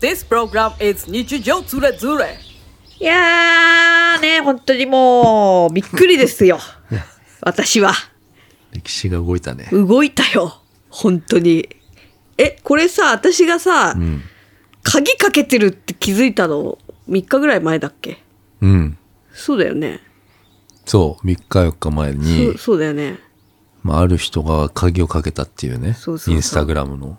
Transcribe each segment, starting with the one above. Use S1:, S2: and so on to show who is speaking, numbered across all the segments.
S1: This program is 日常ズレズレ
S2: いやーね、本当にもう、びっくりですよ。私は。
S3: 歴史が動いたね。
S2: 動いたよ。本当に。え、これさ、私がさ、
S3: うん。
S2: 鍵かけてるって気づいたの、3日ぐらい前だっけ
S3: うん。
S2: そうだよね。
S3: そう、3日4日前
S2: そ
S3: に
S2: う、そうだよね。
S3: まあ、ある人が鍵をかけたっていうね。
S2: そうそうそう
S3: インスタグラムの。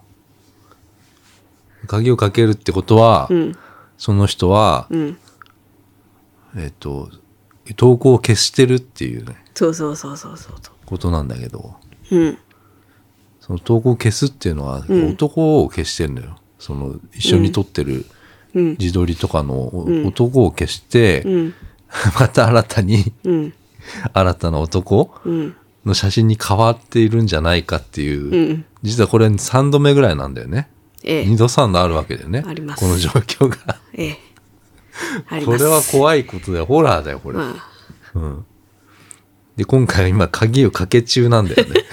S3: 鍵をかけるってことは、
S2: うん。
S3: その人は、
S2: うん。
S3: えっ、と、投稿を消してるっていうね、
S2: そうそうそうそうそうそ
S3: ことなんだけど、
S2: う。うん。
S3: その投稿を消すっていうのは、
S2: うん
S3: 男を消してるのよ。その、一緒に撮ってる
S2: うん。
S3: 自撮りとかのお
S2: うん
S3: 男を消して、
S2: うん。
S3: また新たに、
S2: うん。
S3: 新たな男
S2: うん。
S3: の写真に変わっているんじゃないかっていう、
S2: うん。
S3: 実はこれ3度目ぐらいなんだよね。
S2: え
S3: 2
S2: え。
S3: 度3度あるわけだよね。
S2: あります
S3: この状況が。
S2: ええ。あり
S3: こ
S2: ます
S3: れは怖いことだよ。ホラーだよ、これ。
S2: まあ
S3: うん。で、今回は今、鍵をかけ中なんだ よね。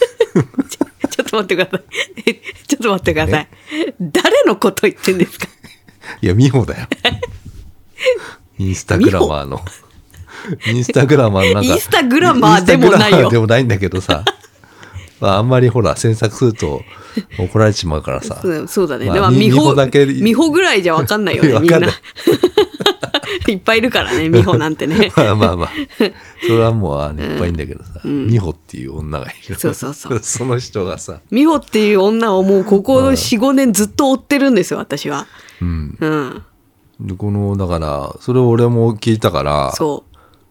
S2: ちょっと待ってください。えちょっと待ってください。誰のこと言ってんですか
S3: いや、美穂だよ。インスタグラマーの。インスタグラマーのなんか。
S2: インスタグラマーでもないよ
S3: インスタグラマーでもないんだけ どさ。まあ、あんまりほら、詮索すると怒られちまうからさ。
S2: そうそうだね。
S3: まあ
S2: でも、
S3: み
S2: 美
S3: 美
S2: 穂
S3: 穂だけ
S2: 美穂ぐらいじゃわかんないよね、
S3: わ
S2: みん
S3: かん
S2: な
S3: ない。。
S2: いっぱいいるからね、美穂なんてね
S3: まあまあまあ。それはもう、あの、いっぱいいんだけどさ。美穂っていう女がいる。
S2: そうそうそう
S3: その人がさ。
S2: 美穂っていう女をもうここ4、5年ずっと追ってるんですよ、私は。
S3: うん。
S2: うん。
S3: でこの、だから、それを俺も聞いたから。
S2: そ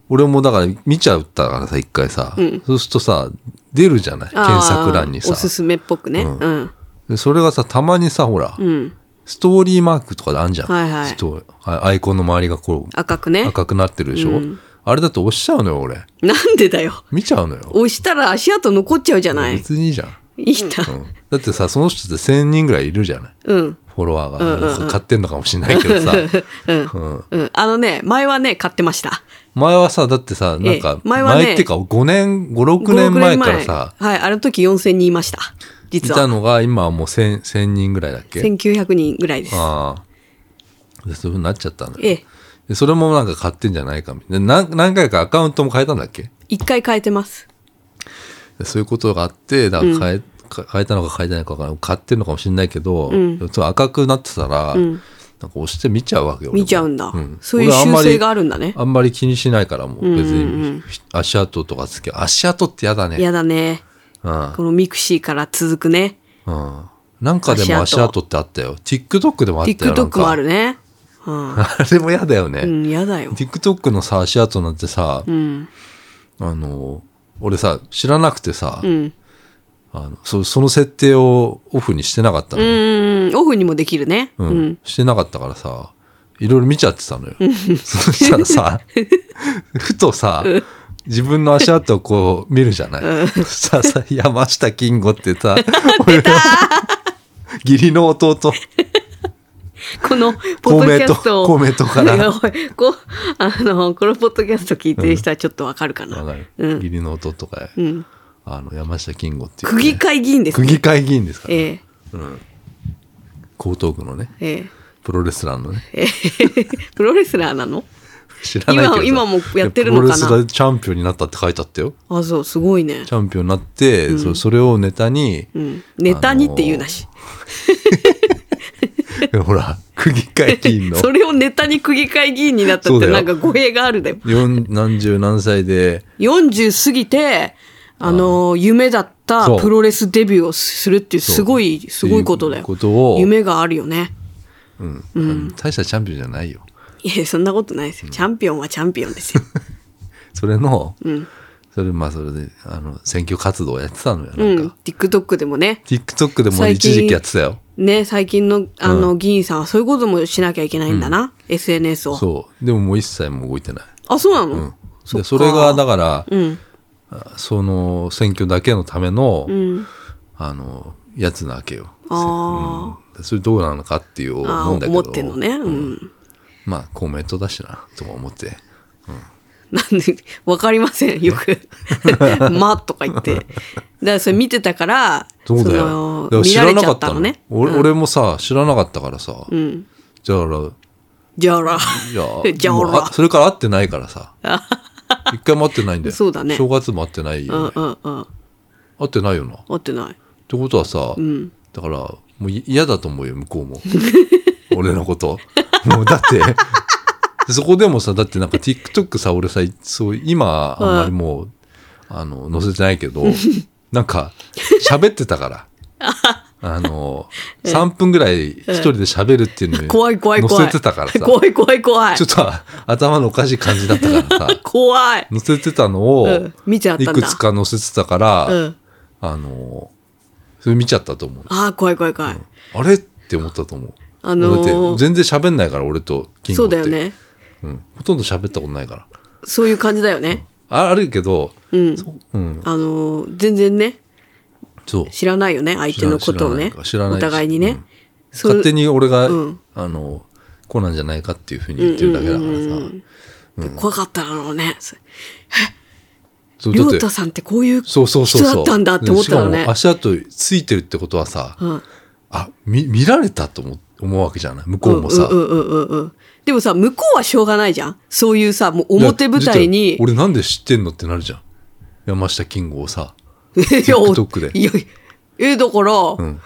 S3: 俺もだから見ちゃったからさ、一回さ、
S2: ん
S3: そうするとさ、出るじゃない
S2: あー
S3: 検索欄にさ
S2: おすすめっぽくね。
S3: うん
S2: うん。
S3: でそれがさ、たまにさ、ほら、
S2: うん。
S3: ストーリーマークとかであんじゃん。
S2: はいはい
S3: ストあアイコンの周りがこう、
S2: 赤くね。
S3: 赤くなってるでしょ、
S2: うん
S3: あれだと押しちゃうのよ、俺。
S2: なんでだよ。
S3: 見ちゃうのよ。
S2: 押したら足跡残っちゃうじゃない。い
S3: 別にいいじゃん。
S2: いな。
S3: うんだってさ、その人って1000人ぐらいいるじゃない
S2: うん。
S3: フォロワー
S2: うんうん
S3: が。
S2: うん
S3: 買ってんのかもしれないけ どさ。
S2: うん。
S3: うん、
S2: うん。あのね、前はね、買ってました。
S3: 前はさ、だってさ、なん
S2: ええ
S3: か、
S2: 前はね
S3: っていうか5年、5、6年前からさ、
S2: 5。6はい、あの時4000人いました。
S3: い
S2: 実
S3: た
S2: は。
S3: のが今はもう1000 1000人ぐらいだっけ
S2: 1900人ぐらいです。
S3: ああ。でそういうふうになっちゃったのよ
S2: ええ、
S3: でそれもなんか買ってんじゃないかみたいな。何何回かアカウントも変えたんだっけ
S2: 一回変えてます。
S3: でそういうことがあって、だから変え、か変えたのか変えてないのか分からない買ってるのかもしれないけど、
S2: ん
S3: でもちょっと赤くなってたら、
S2: ん
S3: なんか押して見ちゃうわけよ。俺も
S2: 見ちゃうんだ。そういう習性があるんだね
S3: 俺あんまり。あんまり気にしないからもう、
S2: んうん
S3: 別に足跡とかつけ、足跡って嫌だね。
S2: 嫌だね。
S3: うん
S2: このミクシーから続くね。
S3: うん。なんかでも
S2: 足
S3: 足
S2: 跡
S3: 跡ってあったよ。TikTok でもあったよ。なんか
S2: TikTok もあ。るね。うん。
S3: あれも嫌だよね。
S2: うん、嫌だよ。
S3: TikTok のさ、足跡なんてさ、
S2: うん。
S3: あの、俺さ、知らなくてさ、
S2: うん。
S3: あのそその設定をオフにしてなかったの、
S2: うんうん。オフにもできるね。う
S3: うん
S2: ん。
S3: してなかったからさ、いろいろ見ちゃってたのよ。そした らさ、ふとさ、自分の足跡をこう見るじゃない。そしたらさ、山下金吾って さ、俺の義理の弟、
S2: この、ポッド
S3: 公
S2: キ
S3: 明
S2: ャスト
S3: 党、
S2: を。
S3: 公明党から。
S2: おいこう、あの、このポッドキャスト聞いてる人はちょっとわかるかな。
S3: わかる
S2: うん
S3: 義理の弟とか、
S2: うん。
S3: あの、山下金吾っていう
S2: 区
S3: ね、
S2: 議会議員です
S3: 区
S2: ね。
S3: 議会議員ですから、ね。
S2: ええ。
S3: 江東区のね、
S2: ええ。
S3: プロレスラーのね、
S2: ええプロレスラーなの
S3: 知らないけどさ
S2: 今今もやってるのかな
S3: プロレスラーチャンピオンになったって書いてあったよ。
S2: あ、そう、すごいね
S3: チ。ャンピオンになって、そそれをネタに、
S2: うん。ネタにって言うなし。
S3: ほら、区議会議員 の
S2: それをネタに区議会議員になった
S3: そ
S2: っ
S3: うだ
S2: て
S3: よ
S2: なんか語弊があるだよ。
S3: 四何十何歳で、
S2: 40過ぎて、あの、夢だった
S3: そう
S2: プロレスデビューをするっていう、
S3: そう
S2: すごい、すごいことだ
S3: っ
S2: よ
S3: ていうことを。
S2: 夢があるよね。
S3: うん大したチャンピオンじゃないよ。
S2: いや、そんなことないですよ。チャンピオンはチャンピオンですよ。
S3: それの、
S2: うん。
S3: それ、まあそれで、あの、選挙活動をやってたの よ、な
S2: うん
S3: か。
S2: ん。TikTok でもね。
S3: TikTok でも
S2: 最近
S3: 一時期やってたよ。
S2: ね、最近の、あの、議員さんはそういうこともしなきゃいけないんだな。SNS を。
S3: そう。でももう一切もう動いてない。
S2: あ、そうな
S3: う
S2: の
S3: ん。
S2: そっ
S3: で
S2: か
S3: それが、だから、
S2: うん。
S3: その選挙だけのための、
S2: うん。
S3: あのやつなわけよ。
S2: あ
S3: うんそれどうなのかっていう
S2: ああ、
S3: 思うんだけど
S2: 思ってんのね。うん。
S3: まあ公明党だしなとも思って
S2: なんで、わかりません、よ く。 まとか言って。だからそれ見てたから、
S3: そうだ
S2: の
S3: よだから
S2: 見
S3: 知
S2: ら
S3: ら
S2: れ
S3: な
S2: ちゃ
S3: か
S2: っ
S3: った
S2: た
S3: の
S2: のね。
S3: 俺俺もさ知らなかったからさ、
S2: うん。
S3: じゃあら
S2: じゃあら。
S3: いや
S2: じゃあ
S3: でも
S2: ら
S3: あ。それから会ってないか らさ一回も会ってないんだよ
S2: そうだね
S3: 正月も会ってない
S2: うん
S3: よ、ね
S2: うんうん。
S3: 会ってないよなっ
S2: 合ってない。
S3: てことはさ、だからもうい嫌だと思うよ向こ うも俺のこともうだってそこでもさだってなんか TikTok さ俺さそう今あんまりもう、あの載せてないけど なんか喋ってたから。あの3分ぐらい一人で喋るっていうのに
S2: 怖い怖い怖い。
S3: 載せてたから さ
S2: 怖い怖い怖い
S3: ちょ。っとあ頭のおかしい感じだったか らさ
S2: 怖い。
S3: 載せてたのを
S2: うん見ちゃったん
S3: い
S2: だ
S3: くつか載せてたから、
S2: うん。
S3: あのそれ見ちゃったと思う
S2: ああ、怖い怖い怖い。
S3: あれって思ったと思う、
S2: あのー
S3: だって全然喋んないから俺とキン
S2: そ
S3: グ
S2: う
S3: って
S2: だよね。
S3: うん、ほとんど喋ったことないから
S2: そういう感じだよね。
S3: ああるけど
S2: うん。
S3: そう,、うん、
S2: あのー全然ね、
S3: そう
S2: 知らないよね、相手のことをね。
S3: 知らない知らない
S2: お互いに
S3: う
S2: ね
S3: ん。勝手
S2: に。
S3: に俺が、
S2: うん
S3: あのこうなんじゃないかっていうふうに言ってるだけだからさ、
S2: 怖かっただろうね。
S3: そう
S2: り
S3: だ
S2: ょ
S3: って
S2: うたさんってこういう
S3: そうそうそうそう。
S2: 人だったんだって思ったのね
S3: しかも足跡ついてるってことはさ、
S2: ん
S3: あ、見、見られたと思思うわけじゃない向こうもさ。
S2: うんうんうんうんうん。でもさ、向こうはしょうがないじゃん。そういうさ、もう表舞台
S3: いや
S2: に。
S3: 俺なんで知ってんのってなるじゃん。山下キングをさ。
S2: いやお
S3: TikTok で
S2: いや、え、だから、
S3: ん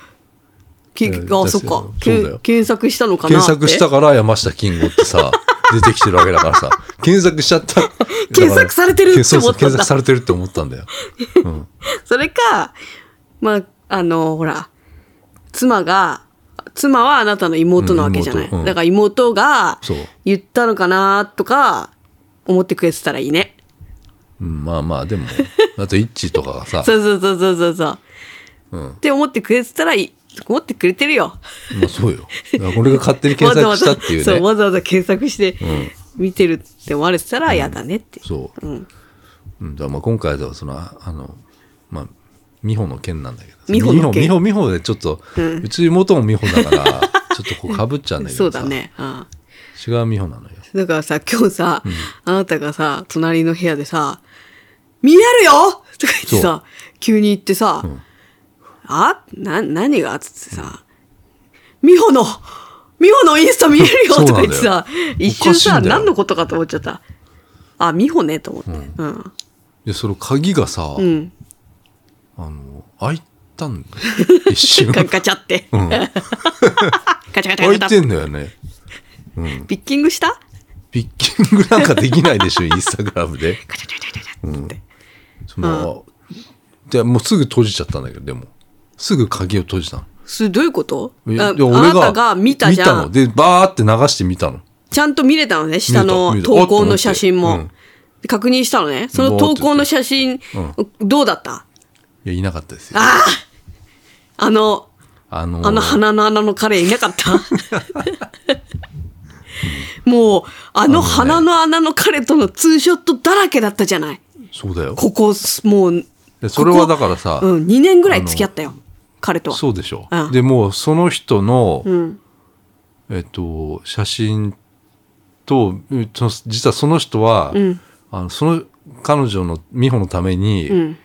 S2: き
S3: いや
S2: あ、そっ
S3: そ
S2: か
S3: うだ
S2: け
S3: よ。
S2: ん検索したのかな
S3: 検索した
S2: か。
S3: から山下キングって さ、出てきてるわけだからさ。検索しちゃった。
S2: 検索されてるって思ったんだ
S3: そうそう検索されてるって思ったんだよ。
S2: それか、まあ、あの、ほら、妻が、妻はあなたの妹なわけじゃない。
S3: うん妹うん
S2: だから妹が
S3: そう
S2: 言ったのかなとか、思ってくれてたらいいね。
S3: うん、まあまあ、でも、あとイッチとかがさ、
S2: そうそうそうそうそうそう。
S3: うん
S2: って思ってくれてたらいい。思ってくれてるよ。
S3: まあそうよ。だから俺が勝手に検索したっていう
S2: わざわざ
S3: ね。
S2: そうわざわざ検索して見てるって思われてたら嫌だねって、
S3: そう。
S2: ん
S3: うん。だからまあ今回ではその、ああの、まあ、美穂の件なんだけど。
S2: 美穂の件
S3: 美穂、美穂でちょっと、うち妹も美穂だから、 ちょっとこうかぶっちゃうんだけ
S2: そ
S3: ど
S2: う
S3: さ。
S2: だ。ね、うん、
S3: 違う美穂なのよ。
S2: だからさ今日さ、あなたがさ隣の部屋でさ「見えるよ!」とか言ってさ急に言ってさ「あな何が?」っつってさ「美穂の美穂のインスタ見えるよ!」
S3: そう
S2: と
S3: な
S2: か
S3: んだよ
S2: 言ってさ一瞬
S3: おかしい
S2: さ
S3: んだよ
S2: 何のことかと思っちゃった「あ美穂ね」と思って、うん
S3: で、その鍵がさ、
S2: うん、
S3: あの、開いたんだ よ。一瞬。
S2: ガ ガチャって、
S3: ん
S2: ガチャガチャ
S3: 開
S2: ガ
S3: い
S2: チャ
S3: てんだよね。
S2: ピッキングした
S3: ピッキングなんかできないで しょ、インスタグラムで。
S2: ガチャガチャガチャガチャって。
S3: その、で、もうすぐ閉じちゃったんだけど、でも。すぐ鍵を閉じたの。
S2: それどういうことあ
S3: いや
S2: あ
S3: で
S2: なたが見たじゃ
S3: の。
S2: ん。
S3: で、バーって流して見たの。
S2: ちゃんと見れたのね、下
S3: 見
S2: の
S3: れた見れ
S2: 投
S3: た
S2: 稿の写真
S3: あと思
S2: も
S3: って。
S2: 確認したのね。その投稿の写真、どうだった
S3: いや、いなかったですよ。
S2: あああの、
S3: あのー
S2: あの鼻の穴の彼いなかった もう、あの鼻の穴の彼とのツーショットだらけだったじゃない。
S3: そうだよ。
S2: ここ、もう
S3: で、それはだからさ、
S2: うん、2年ぐらい付き合ったよ。彼とは。
S3: そうでしょ。
S2: うん
S3: でもうその人の、
S2: ん
S3: えっと、写真と、うんその実はその人は、
S2: ん
S3: あのその彼女の美穂のために、
S2: うん。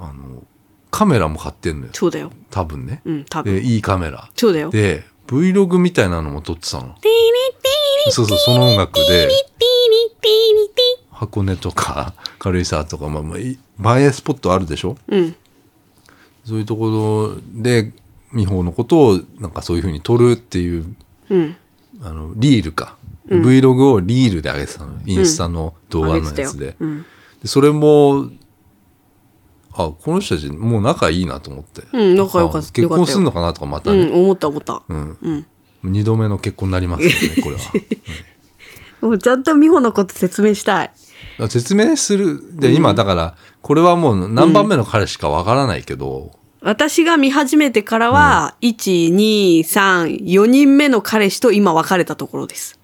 S3: あのカメラも買ってんのよ。
S2: そうだよ。
S3: 多分ね。
S2: うん、多分。
S3: で、いいカメラ。
S2: そうだよ。
S3: で、Vlog みたいなのも撮ってたの。
S2: ピーニピーニ
S3: そうそう、その音楽
S2: ピ
S3: で、
S2: ーニピーニピ
S3: 箱根とか軽井沢とか、まあまあ、い映えスポットあるでしょ
S2: ーニうん。
S3: そういうところで、美穂のことを、なんかそういうふうに撮るっていう、
S2: うん。
S3: あの、リールか。Vlog をリールで上げてたの。インスタの動画のやつで。
S2: うん。
S3: でそれも、あ、この人たち、もう仲いいなと思って。
S2: うん仲良かった
S3: あ結
S2: よかったよ
S3: 婚するのかなとか、また
S2: う
S3: ね。
S2: ん、思った思った。
S3: うん。
S2: うん。
S3: 二度目の結婚になります よね、これは。
S2: もうちゃんと美穂のこと説明したい。
S3: うん説明する。で、今、だから、これはもう何番目の彼しかわからないけど、
S2: 私が見始めてからは、1、2、3、4人目の彼氏と今別れたところです。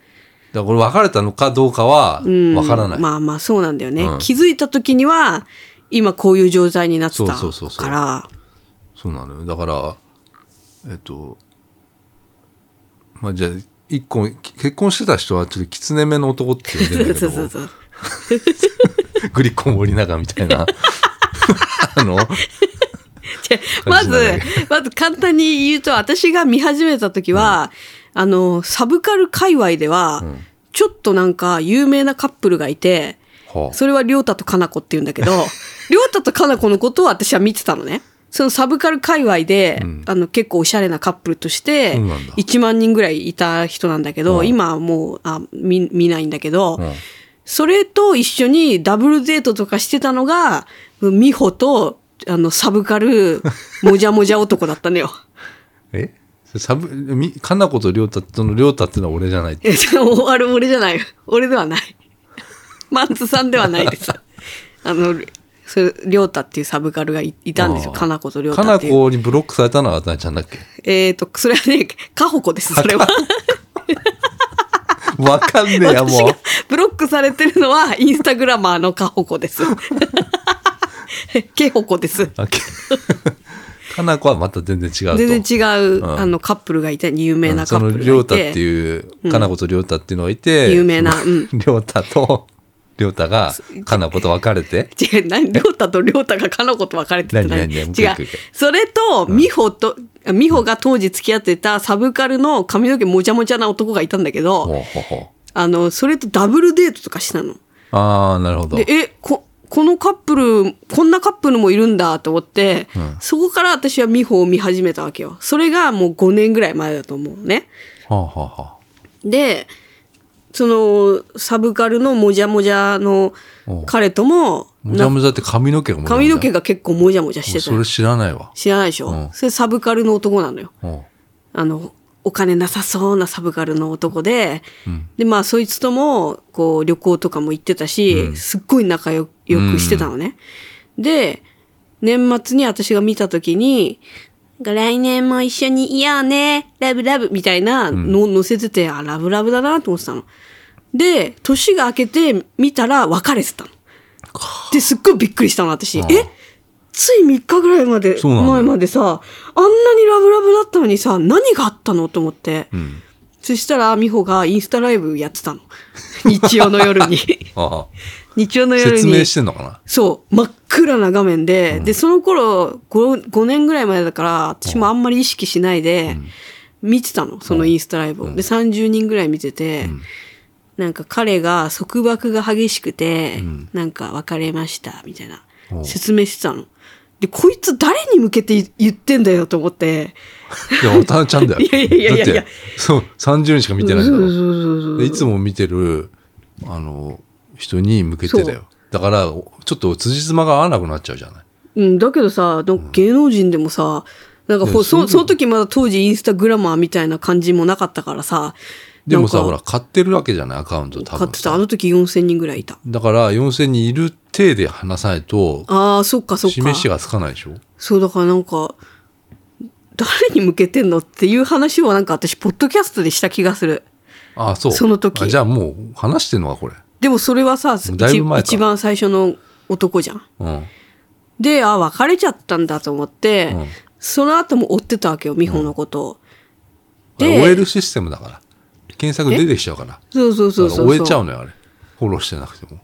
S3: だからこれ別れたのかどうかは、
S2: うん
S3: わからない。
S2: まあまあそうなんだよね。
S3: うん
S2: 気づいた時には、今こういう状態になってたから。
S3: そうそうそうそうそうなのよ。だから、えっと、まあじゃあ、一個、き結婚してた人はちょっときつねめの男って呼んでんだけ
S2: そうそう
S3: ど、
S2: そう。
S3: グリコ森永みたいな、あの、
S2: 違って、 まず
S3: 感じなんだけ、
S2: まず簡単に言うと、私が見始めた時は、あの、サブカル界隈では、ちょっとなんか有名なカップルがいて、
S3: はあ
S2: それはりょうたとかなこって言うんだけ ど、りょうたとかなこのことを私は見てたのね。そのサブカル界隈で、あの結構おしゃれなカップルとして
S3: そうなんだ
S2: 1万人ぐらいいた人なんだけど、
S3: うん
S2: 今はもうあ見見ないんだけど、
S3: うん
S2: それと一緒にダブルデートとかしてたのが美穂とあのサブカルもじゃもじゃ男だったのよ。
S3: えサブみかなことりょうたそのりょうたってのは俺じゃない
S2: え、じゃあ、あれ俺じゃない。俺ではない。 マンツさんではない です。あの、それ、りょうたっていうサブカルがいいたんですよ。
S3: ああ
S2: かなことりょう
S3: か
S2: た
S3: な
S2: っていう。
S3: こにブロックされたのはあたなちゃんだっけ
S2: えっ、と、それはね、かほこです、それは。
S3: わかんねえや
S2: 私
S3: も
S2: がブロックされてるのは、インスタグラマーのかほこ です。けほこです。
S3: うあけ かなこはまた全然違うと
S2: 全然違う、
S3: ん
S2: あの、カップルがいて、有名なカ
S3: そ
S2: ップ
S3: の
S2: ルがいて。
S3: りょうたっていうかなことりょうたっていうのがいて
S2: 有名な
S3: その
S2: うん
S3: りょうたとりょうたがかなこと別れて
S2: 違 う、何、りょうたとりょうたがかの子と別れてって
S3: 何何
S2: 違
S3: 何
S2: う
S3: もう一回もう一回。
S2: それと、美穂と、あ美穂が当時付き合ってたサブカルの髪の毛もちゃもちゃな男がいたんだけ
S3: ほ
S2: ど、
S3: うほうほ
S2: あの、それとダブルデートとかしたの。
S3: うああなるほど
S2: で、え、こ、このカップル、こんなカップルもいるんだと思って、そこから私は美穂を見始めたわけよ。それがもう5年ぐらい前だと思うね。
S3: はあはあは
S2: でそのサブカルのもじゃもじゃの彼とも
S3: あもじゃもじゃって髪の毛がもじゃも
S2: 髪
S3: じゃ
S2: の毛が結構もじゃもじゃしてた
S3: そ
S2: の
S3: れ知らないわ
S2: 知らないでしょ、
S3: うん
S2: それサブカルの男なのよ
S3: うん
S2: あのお金なさそうなサブカルの男で、でまあそいつともこう旅行とかも行ってたし、すっごい仲良良くしてたのね、で年末に私が見た時に「来年も一緒にいようねラブラブ」みたいなのを載せてて、あラブラブだなと思ってたの。で年が明けて見たら別れてたの。ですっごいびっくりしたの私。
S3: ああ
S2: えつい3日ぐらいまで
S3: そうなんだ
S2: 前までさあんなにラブラブだったのにさ何があったのと思って、
S3: ん
S2: そしたら美穂がインスタライブやってたの日曜の夜 に
S3: ああ
S2: 日曜の夜に
S3: 説明してんのかな
S2: そう真っ暗な画面で、でその頃 5, 5年ぐらい前だから私もあんまり意識しないで、見てたのそのインスタライブを、で30人ぐらい見てて、なんか彼が束縛が激しくて、なんか別れましたみたいな
S3: お
S2: 説明してたの。でこいつ誰に向けて言ってんだよと思って
S3: いや、渡辺ちゃんだよ。
S2: いやいやいやいや
S3: だって、そう、30人しか見てないん
S2: そ
S3: だ
S2: うそうそうそ
S3: ろ。でいつも見てる、あの、人に向けてだよ。だから、おちょっと辻褄が合わなくなっちゃうじゃない。
S2: うん、だけどさ、なんか芸能人でもさ、なんか
S3: い
S2: ほ
S3: やそう
S2: そその時まだ当時インスタグラマーみたいな感じもなかったからさ、
S3: でもさ、
S2: なん
S3: ほ、
S2: から
S3: 買ってるわけじゃない、アカウント多
S2: 買ってた。あ
S3: 分。
S2: の時4000人ぐらいいた。
S3: だから、4000人いる体で話さないと、
S2: ああ、そっかそっか
S3: 示。しがつかないでしょ
S2: そう、だからなんか、誰に向けてんのっていう話をなんか私、ポッドキャストでした気がする。
S3: ああ、そう。
S2: その時
S3: あじゃあもう、話してんのか、これ。
S2: でもそれはさ、
S3: うだいぶ前か
S2: 一一番最初の男じゃん。
S3: うん。
S2: で、あ、別れちゃったんだと思って、
S3: うん
S2: その後も追ってたわけよ、美穂のことを。で
S3: OL システムだから。検索出てきちゃうから。
S2: そうそうそう
S3: だ
S2: そう
S3: か
S2: そう。
S3: ら終えちゃうのよ、あれ。フォローしてなくても。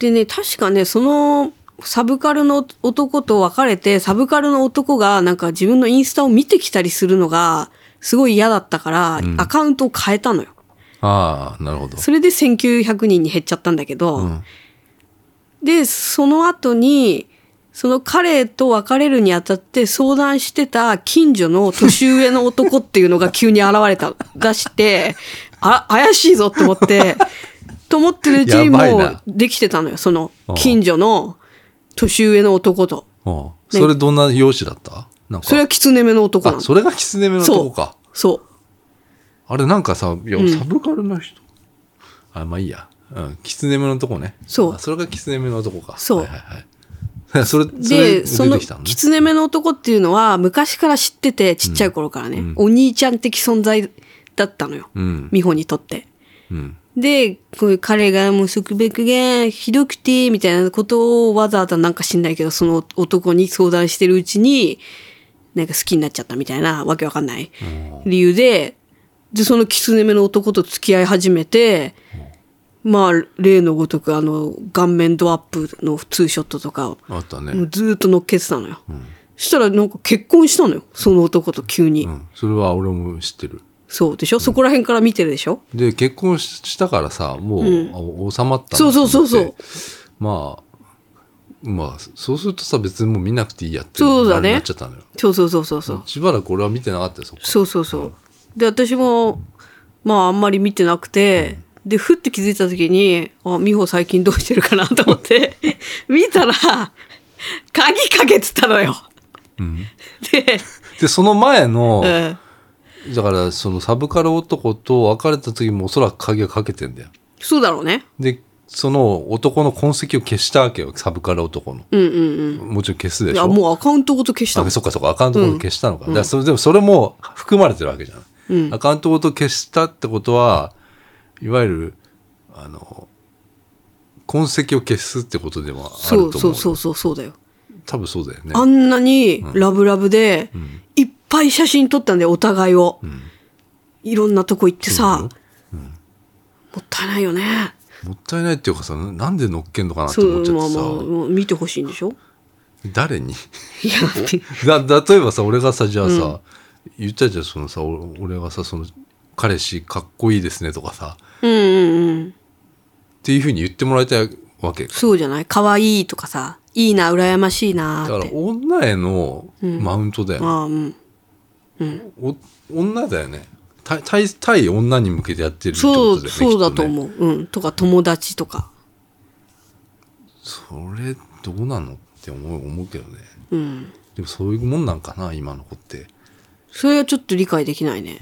S2: でね、確かね、その、サブカルの男と別れて、サブカルの男がなんか自分のインスタを見てきたりするのが、すごい嫌だったから、アカウントを変えたのよ。
S3: ああ、なるほど。
S2: それで1900人に減っちゃったんだけど、
S3: ん
S2: で、その後に、その彼と別れるにあたって相談してた近所の年上の男っていうのが急に現れた、出して、 あ、怪しいぞと思って、と思ってるうちに
S3: やばい
S2: もう
S3: な
S2: できてたのよ。その近所の年上の男と。
S3: うんそれどんな容姿だったなんか。
S2: それは狐目の男な
S3: あ、
S2: の。
S3: それが狐目のとこか。
S2: そう。
S3: あれなんかさ、いや、サブカルの人。あ、まあいいや。うん、狐目のとこね。
S2: そう
S3: あそれが狐目のとこか。
S2: そう
S3: はいはいはい。それ、それ
S2: で、そ
S3: 出
S2: の、
S3: てきたのね
S2: 狐。目の男っていうのは、昔から知ってて、ちっちゃい頃からね、お兄ちゃん的存在だったのよ。
S3: うん。
S2: 美穂にとって。
S3: うん。
S2: で、こういう彼がもう束縛がひどくて、みたいなことをわざわざなんか知んないけど、その男に相談してるうちに、なんか好きになっちゃったみたいな、わけわかんない理由で、で、その狐目の男と付き合い始めて、まあ、例のごとく、あの、顔面ドアップのツーショットとかを
S3: あったね。
S2: もうずーっと乗っけてたのよ。したらなんか結婚したのよ。その男と急に。
S3: うん、それは俺も知ってる
S2: そうでしょそこら辺から見てるでしょ
S3: で結婚ししたからさもう、あ収まったな
S2: そうそうそうそう
S3: と思ってまあまあそうするとさ別にもう見なくていいやって
S2: そうだね
S3: あれになっちゃったのよ
S2: そうそうそうそうそう。
S3: しばらく俺は見てなかったよそこ
S2: そうそうそう。で、私も、まああんまり見てなくて、で、ふって気づいた時に、あ、美穂最近どうしてるかなと思 って、見たら、鍵かけてたのよ。で、
S3: でその前の、
S2: うん。
S3: だからそのサブカル男と別れた時もおそらく鍵をかけてんだよ
S2: そうだろうね。
S3: でその男の痕跡を消したわけよサブカル男の、
S2: うんうんうん。
S3: もちろん消すで
S2: い
S3: し
S2: や、
S3: ょ
S2: もうアカウントごと消したも
S3: あ
S2: ん
S3: そっかそっかアカウントごと消したのか,、だからそれでもそれも含まれてるわけじゃん、アカウントごと消したってことはいわゆるあの痕跡を消すってことでもあると
S2: そ
S3: 思う
S2: うそうそうそうそうだよ。
S3: 多分そうだよね
S2: あんなにラブラブで、いっぱい写真撮ったんだよ、お互いを。いろんなとこ行ってさ、
S3: そう
S2: もったいないよね。
S3: もったいないっていうかさなんで乗っけんのかなって
S2: そ
S3: 思っ
S2: う、
S3: ちゃっ
S2: まあ
S3: てさ、
S2: まあ、もう見てほしいんでしょ
S3: 誰に
S2: いや、
S3: だ例えばさ俺がさじゃあさ、言ったじゃんそのさお俺がさその彼氏かっこいいですねとかさっ
S2: うんうんうん。
S3: ていうふうに言ってもらいたいわけ
S2: そうじゃない可愛いとかさ、いいな、羨ましいな
S3: だか
S2: っ
S3: ら
S2: て。
S3: 女へのマウントだよね、
S2: まあ、うん。
S3: お女だよね対対対女に向けてやってるってこ
S2: そ
S3: とだよ
S2: う、
S3: ね
S2: そうだ
S3: きっ
S2: と
S3: ね
S2: 思う。うん。とか、友達とか。
S3: それどうなのって思う思うけどね
S2: うん。
S3: でもそういうもんなんかな今の子って
S2: それはちょっと理解できないね。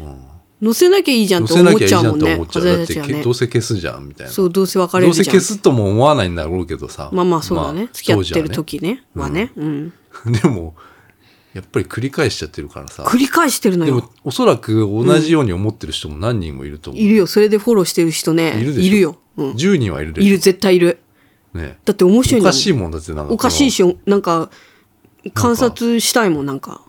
S2: 載せなきゃいいじゃんって
S3: 載せ
S2: 思っ
S3: なき
S2: ち
S3: ゃいいじ
S2: ゃ
S3: ゃ
S2: うんもん
S3: と
S2: ね。
S3: 思っちゃう、だっ
S2: 私た
S3: て
S2: ちは
S3: け
S2: ね
S3: ど。うせ消すじゃんみたいな
S2: そう、どうせ別れ
S3: ど
S2: る
S3: う
S2: じゃ
S3: せ
S2: ん。
S3: 消すとも思わないんだろうけどさ
S2: まあまあそうだね。
S3: まあ
S2: 付き合ってる
S3: 当時
S2: 時ね。はね。うん。
S3: はね でもやっぱり繰り返しちゃってるからさ
S2: 繰り返してるの
S3: で
S2: よ
S3: も。おそらく同じように思ってる人も何人もいると思う、
S2: いるよ。それでフォローしてる人ね。
S3: いるでしょ
S2: いるよ。うん。
S3: 10人はいるでしょ
S2: いる、絶対いる。
S3: ね
S2: だって面白い
S3: お
S2: の
S3: かしい
S2: に。
S3: もんだってなんか
S2: おかしいし、なんか、観察したいもん、なんか。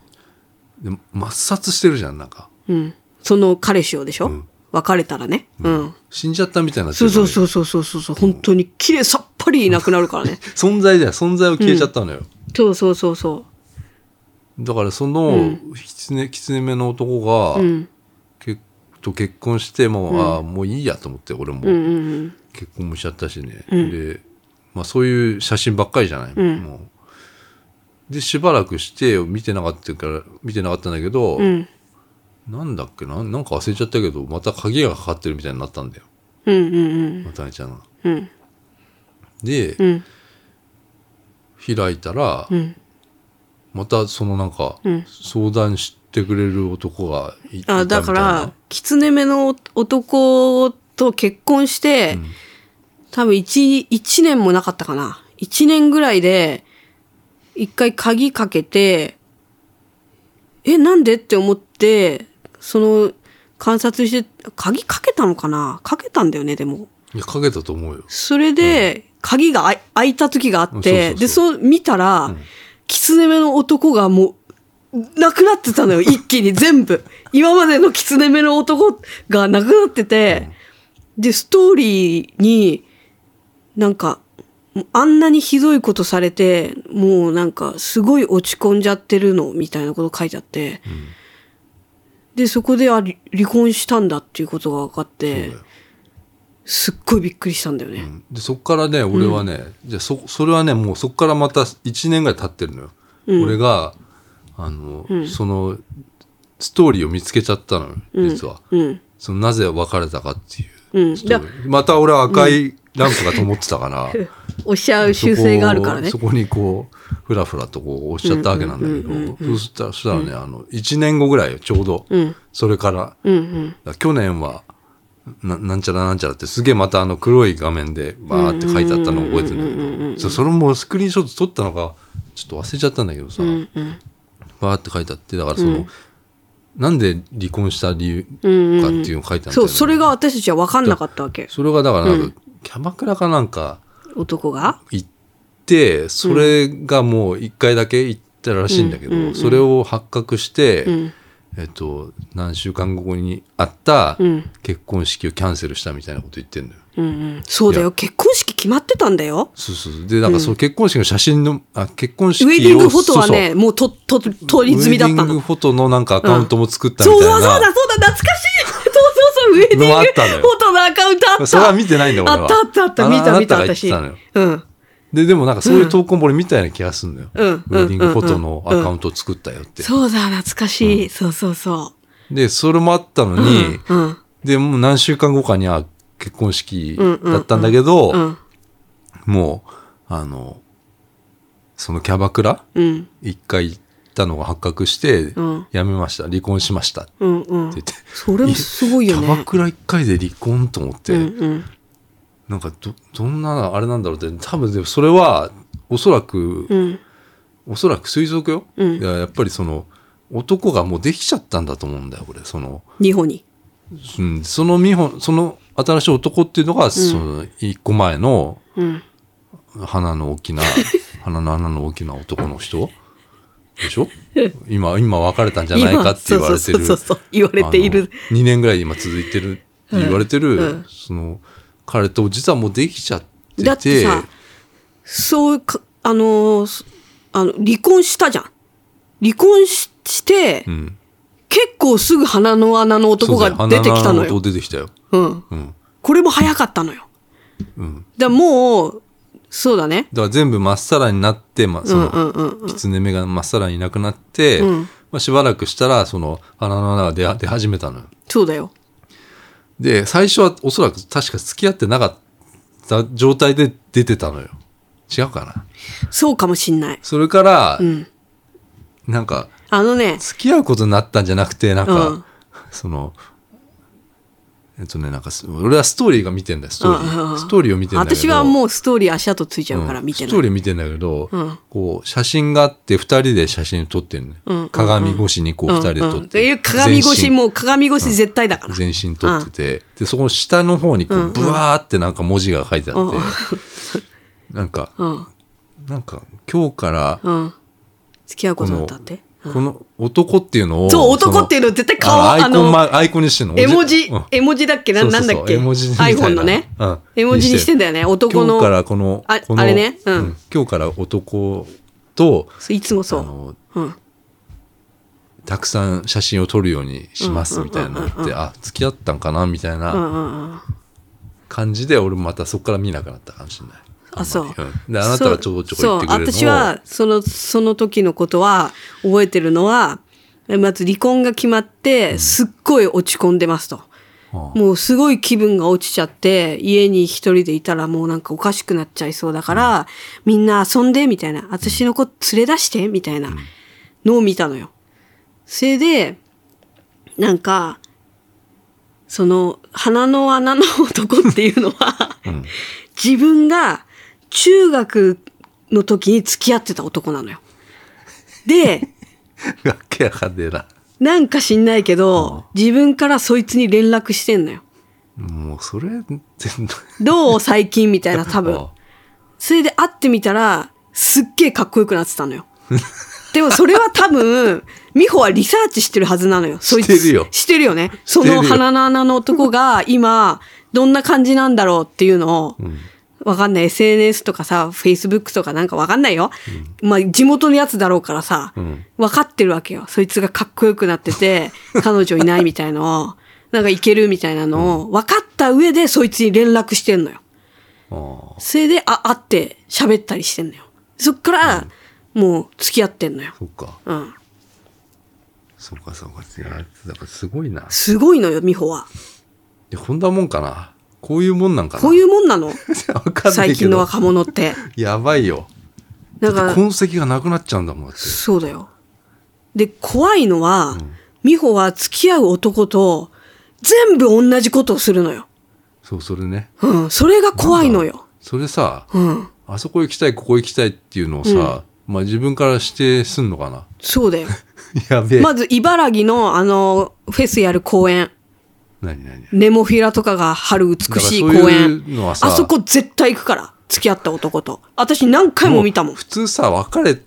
S3: で抹殺してるじゃんなんか
S2: うん。その彼氏をでしょ別れたらね。うん。
S3: 死んじゃったみたいになって
S2: そう
S3: るじゃ
S2: そ
S3: ん
S2: うそうそうそうそう。本当に綺麗さっぱりいなくなるから ね。
S3: 存在だよ存在を消えちゃったのよ、
S2: そうそうそうそう。
S3: だからその狐狐目の男が、
S2: ん
S3: けと結婚してもう、ああもういいやと思って俺も
S2: うんうんうん。
S3: 結婚もしちゃったしね、で、まあ、そういう写真ばっかりじゃない、もうでしばらくして見てなかったから見てなかったんだけど、
S2: うん。
S3: なんだっけななんか忘れちゃったけどまた鍵がかかってるみたいになったんだよ
S2: うんうんうん。
S3: 渡辺ちゃんが。
S2: うん
S3: で、
S2: うん
S3: 開いたら、
S2: ん
S3: またそのなんか、
S2: ん
S3: 相談してくれる男がいいた
S2: あ
S3: みたい
S2: だ
S3: な
S2: から狐目の男と結婚して、多分 1, 1年もなかったかな1年ぐらいで一回鍵かけてえなんでって思ってその観察して鍵かけたのかなかけたんだよねでも
S3: いやかけたと思うよ
S2: それで鍵があい開いた時があって、
S3: うんそう
S2: でそう見たら、狐目の男がもうなくなって たのよ一気に全部今までの狐目の男がなくなってて、でストーリーになんかもうあんなにひどいことされてもうなんかすごい落ち込んじゃってるのみたいなこと書いてあって、でそこであり離婚したんだっていうことが分かって
S3: そうだよ
S2: すっごいびっくりしたんだよね。
S3: でそっからね俺はね、じゃあそそれはねもうそっからまた1年ぐらい経ってるのよ、俺があの、そのストーリーを見つけちゃったのよ実は、
S2: うん。
S3: そのなぜ別れたかって
S2: う
S3: い
S2: ん
S3: うストーリー、また俺は赤いランプが灯ってた から、
S2: 押し合う習性があるからね
S3: そ。こをそこにこうふらふらとこう押しちゃったわけなんだけど、そうしたらそしたらね、あの1年後ぐらいよちょうど、それから,、去年はななんちゃらなんちゃらってすげえまたあの黒い画面でバーって書いてあったのを覚えてるんだけどそうそれもスクリーンショット撮ったのかちょっと忘れちゃったんだけどさ、バーって書いてあってだからその、なんで離婚した理由かっていうの書いてあるんだよね
S2: そう、それが私たちは分かんなかったわけ。
S3: それがだからなんか、キャバクラかなんか
S2: 男が。
S3: 行ってそれがもう一回だけ行ったらしいんだけど、それを発覚して、えっと、何週間後にあった
S2: ん
S3: 結婚式をキャンセルしたみたいなこと言ってんのよ。
S2: うんうん、そうだ
S3: い
S2: よ。
S3: や
S2: 結婚式決まってたんだよ。
S3: そうそう。で、なんかその結婚式の写真の、あ、結婚式
S2: ウ
S3: を
S2: ェディングフォトは
S3: そうそう
S2: ね、もうと、と、取り済みだった
S3: ウェディング
S2: の。
S3: フォトのなんかアカウントも作ったみ
S2: そう
S3: たい
S2: そうそうだ、そうだ
S3: な。、
S2: 懐かしいそうそうそう、ウェディング
S3: のもあ
S2: フ
S3: ったのよ
S2: ォトのアカウントあった。
S3: それは見てないんだ俺は
S2: あったあったあった、
S3: あ
S2: 見た見た、
S3: あなたが言って
S2: 私。
S3: たのよ
S2: うん。
S3: で、でもなんかそういう投稿も俺みたいな気がするのよ。
S2: うん
S3: ウェディングフォトのアカウントを作ったよって。
S2: そうだ、懐かしい。そうそうそ
S3: で、それもあったの
S2: う。
S3: に、
S2: うん。うん
S3: で、もう何週間後かには結婚式だったんだけど、
S2: うん。
S3: もう、あの、そのキャバクラ
S2: うん。
S3: 一回行ったのが発覚して、
S2: ん
S3: やめました。離婚しました。って
S2: うん。うん。
S3: 言って。
S2: それもすごい
S3: キ
S2: よ
S3: ャバ
S2: ね。
S3: クラ一回で離婚と思って、
S2: うんうん。
S3: なんかど、どんなあれなんだろうって、多分でもそれは、おそらく、
S2: うん。
S3: おそらく推測よ、
S2: うん
S3: いや。やっぱりその、男がもうできちゃったんだと思うんだよ、俺。その、
S2: 日本に。
S3: うん、その見本、その新しい男っていうのが、その、一個前の、
S2: うん。
S3: 鼻の大 きな、鼻の穴の大きな男の人でしょ今、今別れたんじゃないかって言われてる。
S2: 今そうそうそうそう言われている。
S3: 2年ぐらい今続いてるって言われてる、
S2: うん
S3: その、彼と実はもうできちゃってて。
S2: だってさ、そうか、あのー、そあの、離婚したじゃん。離婚しして、
S3: うん。
S2: 結構すぐ鼻の穴の男が出てきたの
S3: そうだよ鼻の穴の
S2: よ。
S3: 男出てきたよ。
S2: うん。
S3: うん。
S2: これも早かったのよ。
S3: うん。
S2: だからもう、そうだね。
S3: だから全部まっさらになって、ま、そ
S2: うん
S3: の、
S2: うんうんうん。
S3: 狐目がまっさらにいなくなって、
S2: うん
S3: まあ、しばらくしたら、その、鼻の穴が出出始めたのよ。
S2: そうだよ。
S3: で、最初はおそらく確か付き合ってなかった状態で出てたのよ。違うかな。
S2: そうかもしんない。
S3: それから、
S2: うん。
S3: なんか、
S2: あのね、
S3: 付き合うことになったんじゃなくて、なんか、
S2: うん
S3: その、えっとね、なんかす、俺はストーリーが見てんだよ、ストーリー。
S2: うんうんうん
S3: ストーリーを見てんだけど
S2: 私はもうストーリー足跡ついちゃうから
S3: うん
S2: 見て
S3: ス
S2: ない。
S3: トーリー見てんだけど、
S2: うん
S3: こう、写真があって、二人で写真撮ってるね、
S2: うんうんうん
S3: 鏡越しにこう、二人で撮
S2: うんうん
S3: っ
S2: とい
S3: て。
S2: う鏡越し、もう鏡越し絶対だから。
S3: 全身。全身撮ってて、で、そこの下の方にこう、ブワーってなんか文字が書いてあって、なんか、
S2: うん。
S3: なんか、今日から、
S2: うん。付き合うことだったって。
S3: この男っていうのを、
S2: そう、男っていうの絶対顔、
S3: あアイ
S2: あ
S3: コン、
S2: の、
S3: ま、アイコンにしてんの。
S2: 絵文字
S3: うん、
S2: 絵文字だっけな
S3: そうそう
S2: な
S3: そうん
S2: だっけ
S3: 絵文字みたいな
S2: ?iPhone のね
S3: うん。
S2: 絵文字にしてんだよね。男
S3: 今日から
S2: の。
S3: この、
S2: あ
S3: この
S2: あれねうん
S3: 今日から男と、
S2: いつも
S3: あ
S2: そ
S3: の、
S2: う。うん。
S3: たくさん写真を撮るようにしますみたいなのって、あ、付き合ったんかなみたい
S2: うん
S3: な
S2: うんうん。
S3: 感じで、俺もまたそこから見なくなったかもしれない。
S2: あ、そ
S3: ん
S2: う
S3: まり。んで、あなたがちょこちょこ言ってくれるのを
S2: そう、そう私は、その、その時のことは、覚えてるのは、まず離婚が決まって、すっごい落ち込んでますと。
S3: はあ
S2: もうすごい気分が落ちちゃって、家に一人でいたらもうなんかおかしくなっちゃいそうだから、みんな遊んで、みたいな。私の子連れ出して、みたいなのを見たのよ。それで、なんか、その、鼻の穴の男っていうのは、自分が中学の時に付き合ってた男なのよ。で、
S3: わけやかんねえな。
S2: なんか知んないけど、自分からそいつに連絡してんのよ。
S3: もう、それ、全然。
S2: どう最近みたいな、多分
S3: あ。
S2: それで会ってみたら、すっげえかっこよくなってたのよ。 でもそれは多分、美穂はリサーチしてるはずなのよ。そいつ
S3: してるよ
S2: してるよね。そ
S3: してる
S2: の
S3: よ
S2: 鼻の穴の男 が今、どんな感じなんだろうっていうのを、わかんない。SNS とかさ、Facebook とかなんかわかんないよ。まあ、地元のやつだろうからさ、
S3: ん
S2: わかってるわけよ。そいつがかっこよくなって て、彼女いないみたいのを、なんかいけるみたいなのを、分かった上でそいつに連絡してんのよ。
S3: ああ
S2: それで、あ、会って喋ったりしてんのよ。そっから、もう付き合ってんのよ。
S3: そっか。
S2: うん。
S3: そうかそうか。いや、だからすごいな。
S2: すごいのよ、美穂は。
S3: で、こんなもんかな。こういうもんなんかな。
S2: こういうもんなの
S3: わかんないけど
S2: 最近の若者って。
S3: やばいよ。
S2: だ
S3: だ
S2: か
S3: って
S2: ら、
S3: 痕跡がなくなっちゃうんだもん。だって
S2: そうだよ。で、怖いのは、美穂は付き合う男と、全部同じことをするのよ。
S3: そう、それね。
S2: うん。それが怖いのよ。
S3: それさ、
S2: うん。
S3: あそこ行きたい、ここ行きたいっていうのをさ、まあ自分から指定すんのかな。
S2: そうだよ。
S3: やべえ。
S2: まず、茨城の、あの、フェスやる公園。
S3: 何何
S2: ネモフィラとかが春美しい公
S3: だからそ
S2: 園
S3: ういうのは
S2: あ
S3: さ
S2: そこ絶対行くから付き合った男と私何回も見たもん
S3: 普通さ、別れっ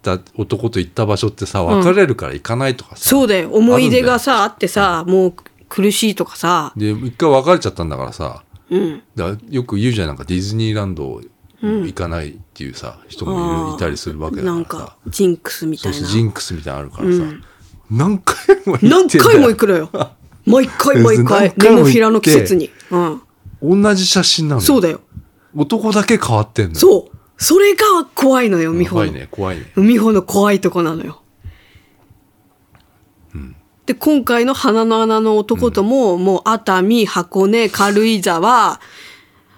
S3: た男と行った場所ってさ別れるから行かないとかさ、
S2: そうだよ。思い出が
S3: あるんだよ
S2: さ、あってさ、もう苦しいとかさ。
S3: で一回別れちゃったんだからさ
S2: うん。
S3: だよく言うじゃんなんかディズニーランド行かないっていうさ、人もい
S2: あー
S3: るいたりするわけだから
S2: な
S3: さ
S2: んか、ジンクスみ
S3: そ
S2: た
S3: う
S2: い
S3: そう
S2: な。
S3: ジンクスみたいなのあるからさ、何回も行ってんだよ
S2: 何回も行くのよ。毎回毎回ネ
S3: 何、回も行って
S2: モフィラの季節に。うん。
S3: 同じ写真なのよ
S2: そうだよ。
S3: 男だけ変わってんのよ
S2: そう。それが怖いのよ、美
S3: 怖
S2: 穂
S3: い
S2: の。
S3: ね怖いね
S2: 美穂の怖いとこなのよ。で、今回の鼻の穴の男とも、もう熱海、箱根、軽井沢、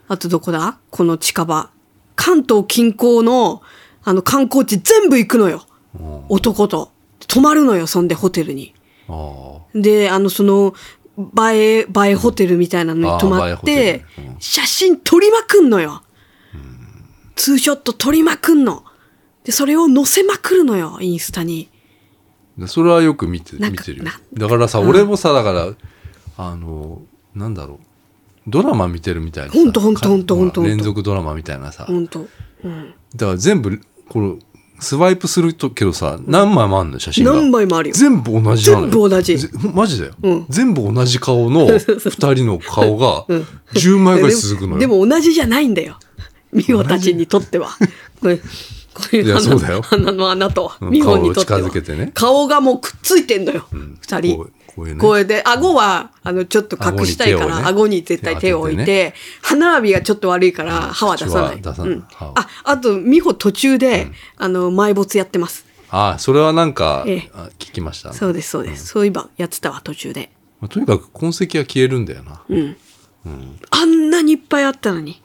S2: あとどこだこの近場。関東近郊の、あの観光地全部行くのよ。
S3: うん
S2: 男と。泊まるのよ、そんでホテルに。
S3: あー
S2: で、あの、その、映え、映えホテルみたいなのに泊まっ
S3: うんあー映え
S2: て
S3: ホテルねう、ん
S2: 写真撮りまくんのよ。ツーショット撮りまくんの。で、それを載せまくるのよ、インスタに。
S3: でそれはよく見て
S2: なん
S3: 見
S2: か
S3: てるよ
S2: なんか
S3: だからさ、俺もさだからあのなんだろうドラマ見てるみたいなさ
S2: ほんとほんとほんと
S3: か
S2: ほんとほんと
S3: 連続ドラマみたいなさ、
S2: ほんと。うん。
S3: だから全部これスワイプするとけどさ何枚もあるのよ写真が
S2: 何枚もあるよ。
S3: 全部同じなのよ
S2: 全部同じ
S3: ぜマジだよ、
S2: うん
S3: 全部同じ 顔の2人の顔が10枚ぐらい続くのよ
S2: でもでも同じじゃないんだよ。美穂たちにとっては。これこういう
S3: いや
S2: 鼻
S3: そ
S2: の
S3: うだよ
S2: 鼻の穴と
S3: うん
S2: 美穂にとっては
S3: 顔を近づけてね
S2: 顔がもうくっついてんのよ、
S3: ん
S2: 二人
S3: こうこういうね
S2: これで顎はあのちょっと隠したいから顎に,、
S3: 顎に
S2: 絶
S3: 手をね
S2: 対手を置いて
S3: 手当
S2: 歯並びがちょっと悪いから歯は出さない
S3: 口は出さない
S2: うん
S3: 歯を
S2: ああと美穂途中で、あの埋没やってます
S3: ああそれはなんか、
S2: ええ
S3: あ聞きました
S2: そうですそうです、そういえばやってたわ途中で
S3: まあとにかく痕跡は消えるんだよな、
S2: あんなにいっぱいあったのに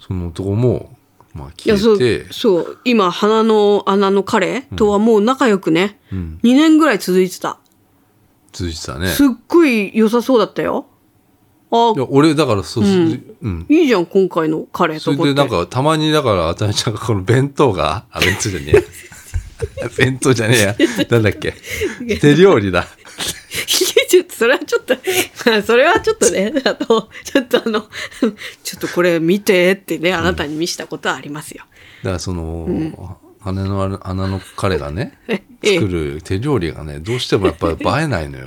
S3: その男も、まあ、
S2: いやそう
S3: 消えて
S2: そう今鼻の穴の彼とはもう仲良くね、
S3: うん
S2: 2年ぐらい続いてた
S3: 続いてたね
S2: すっごい良さそうだったよあ
S3: いや俺だからそう、うん
S2: いいじゃん今回の彼と
S3: それ
S2: こって
S3: でなんかたまにだからあたみちゃんがこの弁当 があ弁当じゃねえや弁当じゃねえやなんだっ け手料理だ
S2: いやちょっとそれはちょっと それはちょっとねあのちょっとあの ちょっとこれ見てってねあなたに見したことはありますよ、
S3: だからその、羽のある穴の彼が ね
S2: ええ
S3: 作る手料理がねどうしてもやっぱり映えないのよ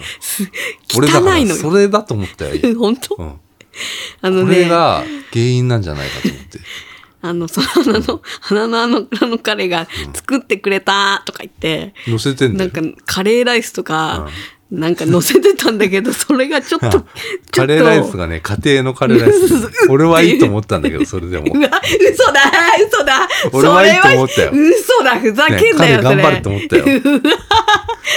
S3: 俺だか
S2: 汚い
S3: ら
S2: の
S3: そ
S2: よ
S3: れだと思ったよ、
S2: 本当、
S3: うん、
S2: あの
S3: これ
S2: ね
S3: が原因なんじゃないかと思って
S2: あのその花の花のあのあの彼が作ってくれたとか言って、
S3: 載せてんだ
S2: なん
S3: よ
S2: かカレーライスとか、なんか乗せてたんだけ どそれがちょっとちょっと
S3: カレーライスがね家庭のカレーライ ス俺はいいと思ったんだけどそれでも
S2: うわ、嘘だ、嘘だ。
S3: 俺はいいと思ったよ
S2: それは嘘だ、ふざけんなよ、
S3: ね彼
S2: それ。
S3: 頑張ると思 ったよ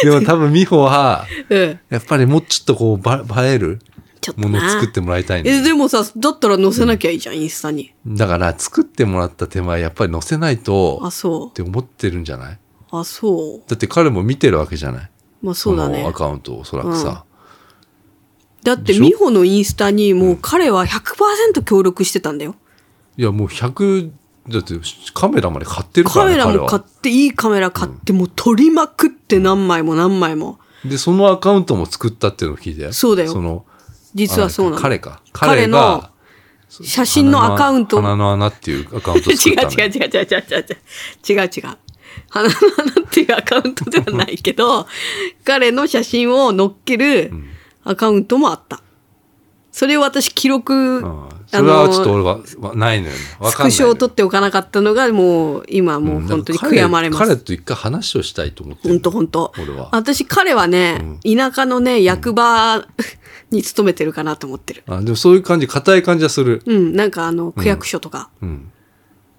S3: でも多分美穂は
S2: うん。
S3: やっぱりもうちょっとこうば映える
S2: ちょっと
S3: も
S2: な
S3: のを作ってもらいたいんだよ
S2: え、でもさ、だったら載せなきゃいいじゃん、インスタに。
S3: だから作ってもらった手前やっぱり載せない
S2: あ、
S3: と
S2: そ。
S3: って思ってるんじゃないう
S2: あ、そ
S3: だって彼も見てるわけじゃない。
S2: う。まあそうだ
S3: の
S2: ね
S3: ア。カウントをおそらくさ。
S2: だって、
S3: でしょ
S2: 美穂のインスタに、もう彼は100%協力してたんだよ。
S3: いやもう100、だってカメラまで買ってるか
S2: カ
S3: ら
S2: メ
S3: ね、
S2: ラ
S3: 彼
S2: も買っ
S3: は。
S2: て、いいカメラ買って、もう撮りまくって何枚も何枚も。
S3: で、そのアカウントも作ったっていうのを聞いて。
S2: そうだよ
S3: その、
S2: 実はそうなの。
S3: あ彼か。
S2: 彼
S3: 彼
S2: の
S3: が、
S2: 写真のアカウントを
S3: 花の穴っていうアカウントを
S2: 違
S3: 作
S2: う
S3: ったの
S2: 違う違
S3: よ
S2: う違う違う違う違う違う違う。花の花っていうアカウントではないけど、彼の写真を載っけるアカウントもあった。それを私記録、
S3: うん
S2: あ
S3: それはちょっと
S2: の、
S3: 俺は、わないのよね。わ
S2: ス
S3: かんな
S2: ク
S3: いのよ。
S2: ショを取っておかなかったのが、もう今もう本当に悔やまれま
S3: 彼
S2: す。
S3: と一回話をしたいと思ってる
S2: 本当本当
S3: 俺は
S2: 私彼はね、田舎のね、役場に勤めてるかなと思ってる。
S3: あでもそういう感じ、硬い感じはする。
S2: うん、なんかあの、区役所とか。
S3: うん。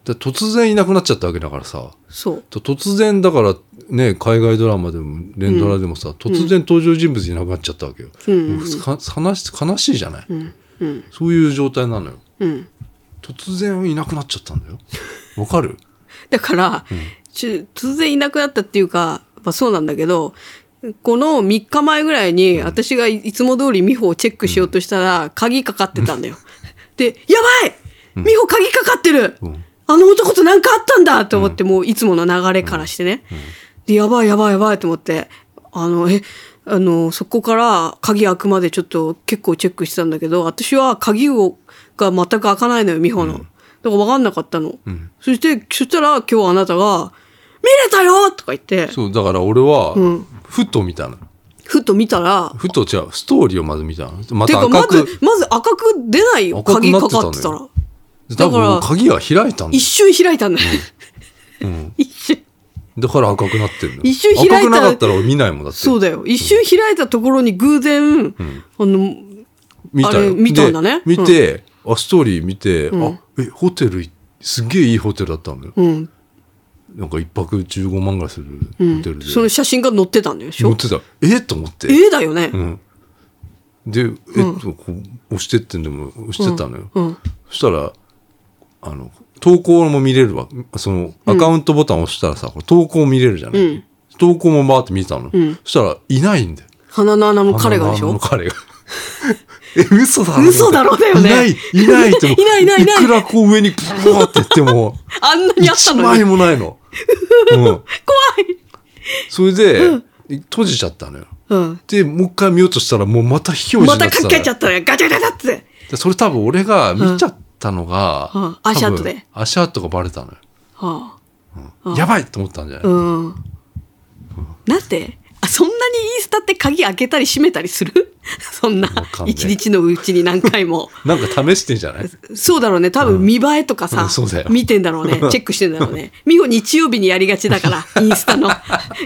S3: だから突然いなくなっちゃったわけだからさ。
S2: そう。
S3: と突然だからね海外ドラマでも連ドラでもさ、突然登場人物いなくなっちゃったわけよ、もうか悲し悲しいじゃない、そういう状態なのよ、
S2: ん
S3: 突然いなくなっちゃったんだよわかる
S2: だから、ちゅ突然いなくなったっていうか、まあ、そうなんだけど、この3日前ぐらいに、私がいいつも通り美穂をチェックしようとしたら、鍵かかってたんだよ。で、やばい美穂鍵かかってる、
S3: うん
S2: あの男となんかあったんだと思って、もういつもの流れからしてね。で、やばいやばいやばいと思って、あの、え、あの、そこから鍵開くまでちょっと結構チェックしてたんだけど、私は鍵を、が全く開かないのよ、美穂の。だから分かんなかったの。そして、そしたら今日あなたが、れたよとか言って、
S3: そう、だから俺は、ふと見たの。
S2: ふと見たら、
S3: ふと違う、ストーリーをまず見たの。ま
S2: て
S3: た
S2: か、ま
S3: 赤
S2: ず
S3: く、、
S2: まず赤く出ないよ。
S3: 赤く
S2: 鍵
S3: なっ
S2: か
S3: てたのよ
S2: かってたら。
S3: 多
S2: だから
S3: 分鍵が開いたんだ
S2: 一
S3: よ。
S2: 瞬開いたんだよ。一瞬。
S3: だから赤くなってるの。
S2: 一瞬開いた
S3: 赤くなかったら俺見ないもんだって。
S2: そうだよ。一瞬開いたところに偶然、あの、
S3: 見た
S2: あれ
S3: よ。
S2: 見たんだね
S3: で見て、あ、ストーリー見て、あ、え、ホテルい、すげえいいホテルだったのよ。
S2: うん。
S3: なんか一泊15万ぐらいするホテルで。
S2: その写真が載ってたんだよ。し
S3: 乗っ
S2: ょ
S3: てた。えと思って。
S2: えだよね。
S3: うん。で、えっと、こう押してってんでも押してたのよ。
S2: うん。
S3: そしたら、あの、投稿も見れるわ。その、アカウントボタン押したらさ、これ投稿見れるじゃない、投稿もバーって見てたの。そしたら、いないんだよ。
S2: 鼻の穴も彼がでし
S3: あの
S2: ょ
S3: 彼が。 え、嘘だろ
S2: 嘘だろだよね
S3: いない、いないっても
S2: いないいないいない
S3: くらこう上にブワーって言っても、
S2: あんなにあった
S3: 一
S2: のに。
S3: 枚もないの。 うん。怖い。それで、閉じちゃったのよ。
S2: うん。
S3: で、もう一回見ようとしたら、もうまた非表示
S2: ま
S3: にな
S2: た
S3: ってたのよ。
S2: かけちゃったね。ガチャガチャガチャって。
S3: でそれ多分俺が見ちゃったのが、
S2: うんうん
S3: 多分
S2: 足跡で
S3: 足跡がバレたのよ。
S2: は
S3: やばいと思ったんじゃない、
S2: あ。うん。なんであそんなにインスタって鍵開けたり閉めたりする そんな
S3: かんねえ
S2: 一日のうちに何回も。
S3: なんか試してんじゃない
S2: そうだろうね。多分見栄えとかさ、
S3: うんそうだよ
S2: 見てんだろう ね。チェックしてんだろうね。みほ日曜日にやりがちだから、インスタの、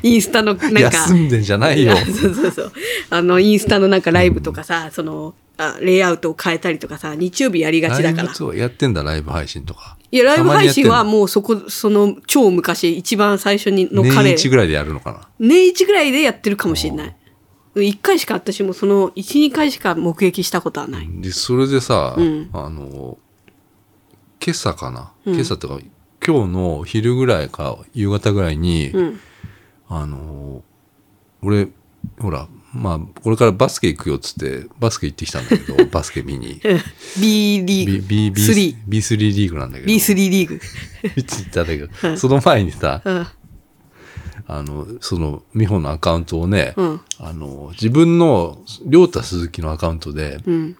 S2: インスタのなんか。
S3: 休んでんじゃないよ。
S2: そうそうそう。あの、インスタのなんかライブとかさ、その、あレイアウトを変えたりとかさ、日曜日やりがち
S3: ラ
S2: だ
S3: イ
S2: か
S3: ブ
S2: ら。
S3: そうやってんだ、ライブ配信とか。
S2: いや、ライブ配信は
S3: たま
S2: もうそこ、その、超昔、一番最初にの
S3: にやってんの
S2: 彼、
S3: 年一ぐらいでやるのかな。
S2: 年一ぐらいでやってるかもしれない。一回しか私もその、一、二回しか目撃したことはない。
S3: で、それでさ、
S2: ん
S3: あの、今朝かな。今朝とか、今日の昼ぐらいか夕方ぐらいに、
S2: うん。
S3: あの、俺、ほら、まあ、これからバスケ行くよっつって、バスケ行ってきたんだけ ど、バスケ見に。
S2: B リーグ。
S3: B、B、
S2: 3
S3: B、B3 リーグなんだけど。
S2: B3 リーグ。
S3: 見てたんだけど、その前にさ、
S2: うん。
S3: あの、その、美穂のアカウントをね、
S2: うん
S3: あの、自分の、りょうた鈴木のアカウントで、
S2: うん。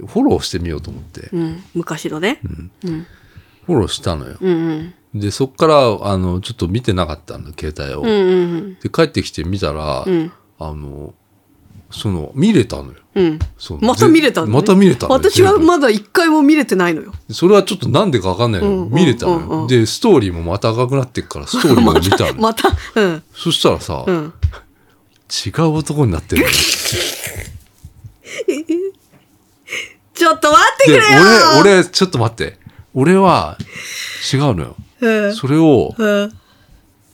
S3: フォローしてみようと思って、
S2: うん。昔のね。うん。うん。
S3: フォローしたのよ。
S2: うん。
S3: で、そっから、あの、ちょっと見てなかったの、携帯を。
S2: うん。うん。
S3: で、帰ってきて見たら、
S2: うん。
S3: あの、その、見れたのよ。
S2: うん。
S3: その
S2: また見れたの
S3: ぜ
S2: ね
S3: また見れたのよ
S2: 私は
S3: 全部
S2: まだ一回も見れてないのよ。
S3: それはちょっとなんでかわかんないのよ、
S2: うん
S3: 見れたのよ、
S2: うんうんうん
S3: で、ストーリーもまた赤くなって っから、ストーリーも見たのよ
S2: また、うん。
S3: そしたらさ、
S2: うん。
S3: 違う男になってるのよ
S2: ちょっと待ってく
S3: で、
S2: れよ
S3: 俺、俺、ちょっと待って。俺は、違うのよ。
S2: 俺
S3: それを
S2: うん。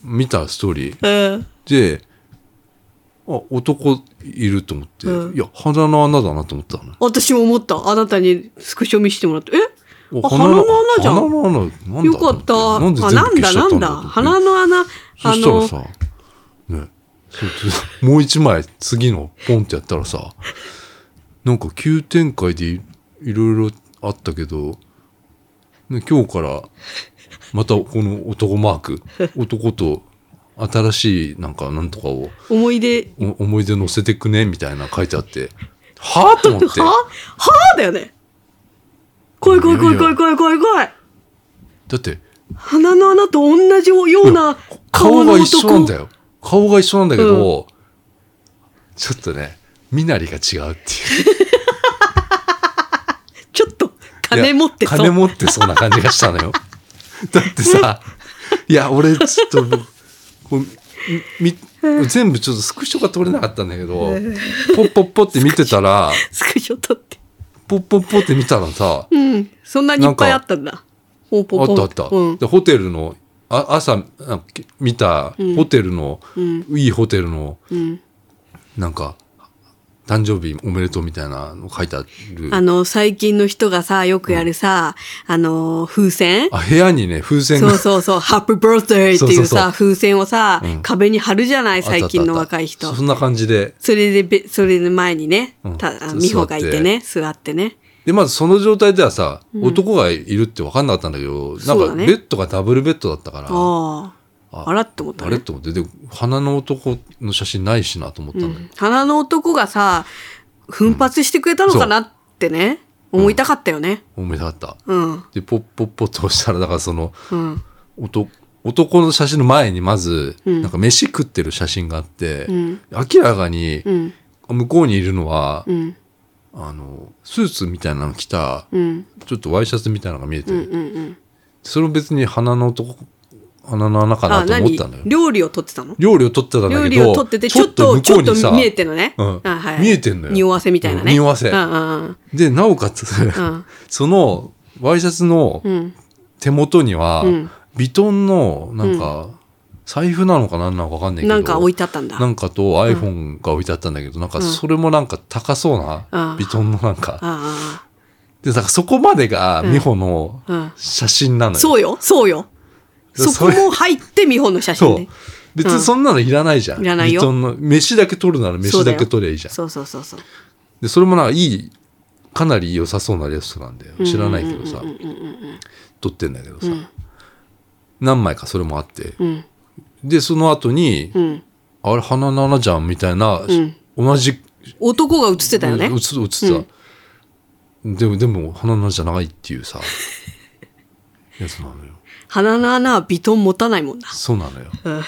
S3: 見たストーリー
S2: うん。
S3: で、あ、男いると思って、
S2: うん
S3: いや、鼻の穴だなと思ったのよ。
S2: 私も思った。あなたにスクショ見せてもらって。えあ
S3: お
S2: 鼻の穴じゃ
S3: 鼻
S2: ん。
S3: の穴、なんだと思て
S2: よかった。あ、
S3: なんで全部
S2: なん
S3: 消
S2: だ
S3: しちゃ
S2: な
S3: った
S2: ん
S3: んだ
S2: だ。
S3: と思って
S2: 鼻の穴、
S3: そ
S2: あ
S3: したら
S2: の、
S3: さ、ね、そそもう一枚次のポンってやったらさ、なんか急展開でいいろいろあったけど、ね、今日からまたこの男マーク、男と新しいなんかなんとかを
S2: 思い出。
S3: お思い出載せてくねみたいな書いてあって、はぁと思って、
S2: ははだよね。怖い怖い怖い怖い怖い怖い怖い。
S3: だって
S2: 鼻の穴と同じような
S3: 顔
S2: 顔の
S3: が
S2: 男。
S3: 一緒なんだよ。顔が一緒なんだけど、ちょっとね、身なりが違うっていう。
S2: ちょっと 金持ってそう。
S3: いや金持ってそうな感じがしたのよだっ てさいや俺ちょっとこうみみ全部ちょっとスクショが取れなかったんだけどポッポッポって見てたら
S2: スクショ撮って。
S3: ポッポッポって見たらさ
S2: うん。そんなにいっぱいあったんだ。ポン
S3: あ
S2: ポン
S3: っ
S2: ポン
S3: たあ
S2: て
S3: った、
S2: うん
S3: で。ホテルのあ朝なんか見たホテルの、いいホテルの
S2: うん。
S3: なんか誕生日おめでとうみたいなの書いてある
S2: あの、最近の人がさ、よくやるさ、あの、風船
S3: あ部屋にね風船
S2: そ
S3: が
S2: うそうそう、ハッピーバースデーってい
S3: そううそうそう
S2: さ、風船をさ
S3: ん、
S2: 壁に貼るじゃない、最近の
S3: あったあったあった
S2: 若い人
S3: そ。んな感じで
S2: それでべ、それの前にね
S3: うん、
S2: た、あ
S3: 座って
S2: の美穂がいてね、座ってね。
S3: で、まずその状態ではさ、男がいるって分かんなかったんだけど、な
S2: そうんだ
S3: か
S2: ね
S3: ベッドがダブルベッドだったから、
S2: あ
S3: あ
S2: あ。あらって思った
S3: あれ
S2: ね。
S3: と思って、で、鼻の男の写真ないしなと思ったんだよ。
S2: 鼻の男がさ、奮発してくれたのかなってね、思いたかったよね。
S3: 思い出があった。
S2: うん。
S3: で、ポッポッポッと押したら、だからその、
S2: うん。
S3: 男、男の写真の前にまず、なんか飯食ってる写真があって、明らかに、
S2: うん
S3: 向こうにいるのは、
S2: うん
S3: あの、スーツみたいなの着た、
S2: うん
S3: ちょっとワイシャツみたいなのが見えて、
S2: うんうん
S3: それも別に鼻のとこ、鼻の穴かな
S2: あ
S3: と思っ
S2: 何
S3: たんだよ。
S2: 料理を取ってたの
S3: 料理を取ってたんだけど、
S2: 料理を取っててちょっとちょっと見えてるのね、
S3: うん
S2: あはい、
S3: 見えてんのよ
S2: 匂わせみたいなね
S3: うん匂わせ
S2: うんうん
S3: で、なおかつ、
S2: ん
S3: その、ワイシャツの
S2: うん
S3: 手元には、
S2: うん
S3: ビトンの、なんか、財布なのかなんなのかわかんない
S2: うん
S3: けど。
S2: なんか置いてあったんだ
S3: なんかと iPhone が置いてあったんだけど、なんかそれもなんか高そ
S2: う
S3: うな、
S2: ん
S3: ビトンのなんか。
S2: あ
S3: で、だからそこまでが美穂の
S2: うんうん
S3: 写真な
S2: あ
S3: のよ。
S2: そうよそうよ
S3: そ
S2: そこも入って美穂の写真
S3: そう
S2: ね。
S3: 別にそんなのいらないじゃん。
S2: いらないよ
S3: ビトンの、飯だけ取るなら
S2: そ
S3: 飯
S2: うだ
S3: だ
S2: よ
S3: け取りゃいいじゃん。
S2: そうそうそうそう
S3: で、それもなんかいい、かなり良さそうなレストランで、知らないけどさ、撮ってんだけどさ、何枚かそれもあって、
S2: うん
S3: で、その後に、
S2: うん
S3: あれ、花々じゃんみたいな、
S2: ん
S3: 同じ、
S2: 男が写ってたよね
S3: うつ、うつさ、でも、でも、花々じゃないっていうさ、 やつなのよ。
S2: 鼻の穴はビトン持たないもんな
S3: そうなのよ。
S2: うん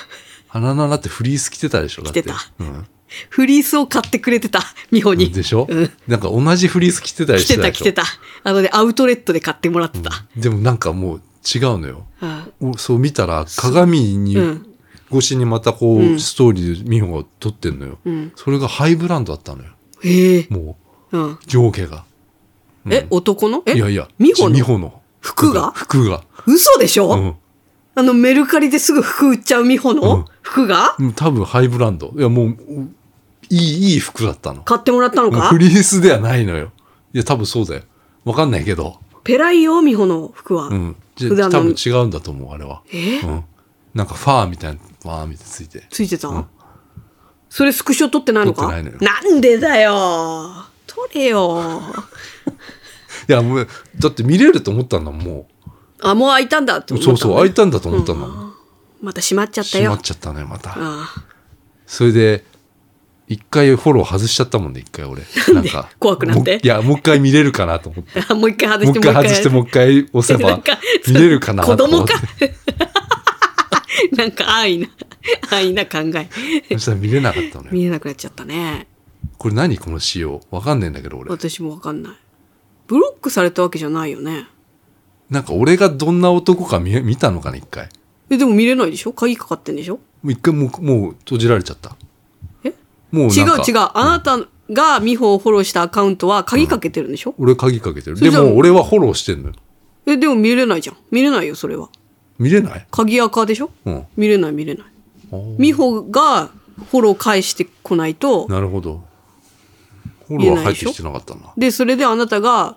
S3: 花々ってフリース着てたでしょだって
S2: 着てた
S3: うん。
S2: フリースを買ってくれてた美穂に
S3: でしょ、
S2: うん
S3: なんか同じフリース着てたり
S2: 来
S3: して
S2: て
S3: た
S2: た
S3: で
S2: 来
S3: しょ
S2: てたあのねアウトレットで買ってもらってた、
S3: でもなんかもう違うのよ。
S2: うん
S3: おそう見たら鏡に、
S2: うん
S3: 越しにまたこう、ストーリーで美穂が撮ってんのよ、
S2: ん
S3: それがハイブランドだったのよ。
S2: へえ、
S3: も
S2: うん、
S3: う上下が。
S2: え男のえ
S3: いやいや、
S2: 美穂
S3: 美
S2: の
S3: 穂の
S2: 服が
S3: 服が。
S2: 嘘でしょ、
S3: うん
S2: あのメルカリですぐ服売っちゃう美穂
S3: うん
S2: の服が
S3: うん。多分ハイブランド。いやもう、ういい、いい服だったの。
S2: 買ってもらったの
S3: もう
S2: か
S3: フリースではないのよ。いや多分そうだよ。わかんないけど。
S2: ペライよ美穂の服は、
S3: うん。じゃ
S2: 普段の
S3: 多分違うんだと思う、あれは。
S2: え
S3: うん。なんかファーみたいな、ファーみたいなついて。
S2: ついてた、
S3: うん
S2: それスクショ撮ってないのか
S3: 撮ってないのよ
S2: んでだよ撮れよ
S3: いや、もう、だって見れると思ったんだもん、も
S2: あもう開いたんだって
S3: う。
S2: 思った
S3: そ
S2: の
S3: う
S2: ね
S3: そう、開いたんだと思ったんだもん。
S2: また閉まっちゃった
S3: 閉
S2: よ
S3: まっちゃったね、また。
S2: あ
S3: それで、一回フォロー外しちゃったもんね、一回俺。なんか。
S2: 怖くなって
S3: もういや、もう一回見れるかなと思って。
S2: あ もう一回外
S3: も
S2: して
S3: う一回外して、もう一回押せ
S2: な
S3: ば
S2: んか、
S3: 見れるかなと
S2: 子
S3: 思
S2: 供
S3: って
S2: かなんか安易な 安易な考え
S3: そしたら見れなかったのよ。
S2: 見えなくなっちゃったね
S3: これ何この仕様。わかんねえんだけど、俺。
S2: 私もわかんないブロックされたわけじゃないよね
S3: なんか俺がどんな男か見え見たのかな、一回。
S2: えでも見れないでしょ鍵かかってんでしょ
S3: もう一回もう、もう閉じられちゃった。
S2: え
S3: もう
S2: 違
S3: なんか
S2: う違うあなたが美穂をフォローしたアカウントは鍵かけてるんでしょ、
S3: 俺鍵かけてる。
S2: そ
S3: で
S2: れじゃあ
S3: も俺はフォローしてんのよ。
S2: えでも見れないじゃん見れないよそれは
S3: 見れない
S2: 鍵アカでしょ
S3: うん。
S2: 見れない見れない
S3: あー
S2: 美穂がフォロー返してこないと
S3: なるほど。フォローは入ってきてなかったな。
S2: でそれであなたが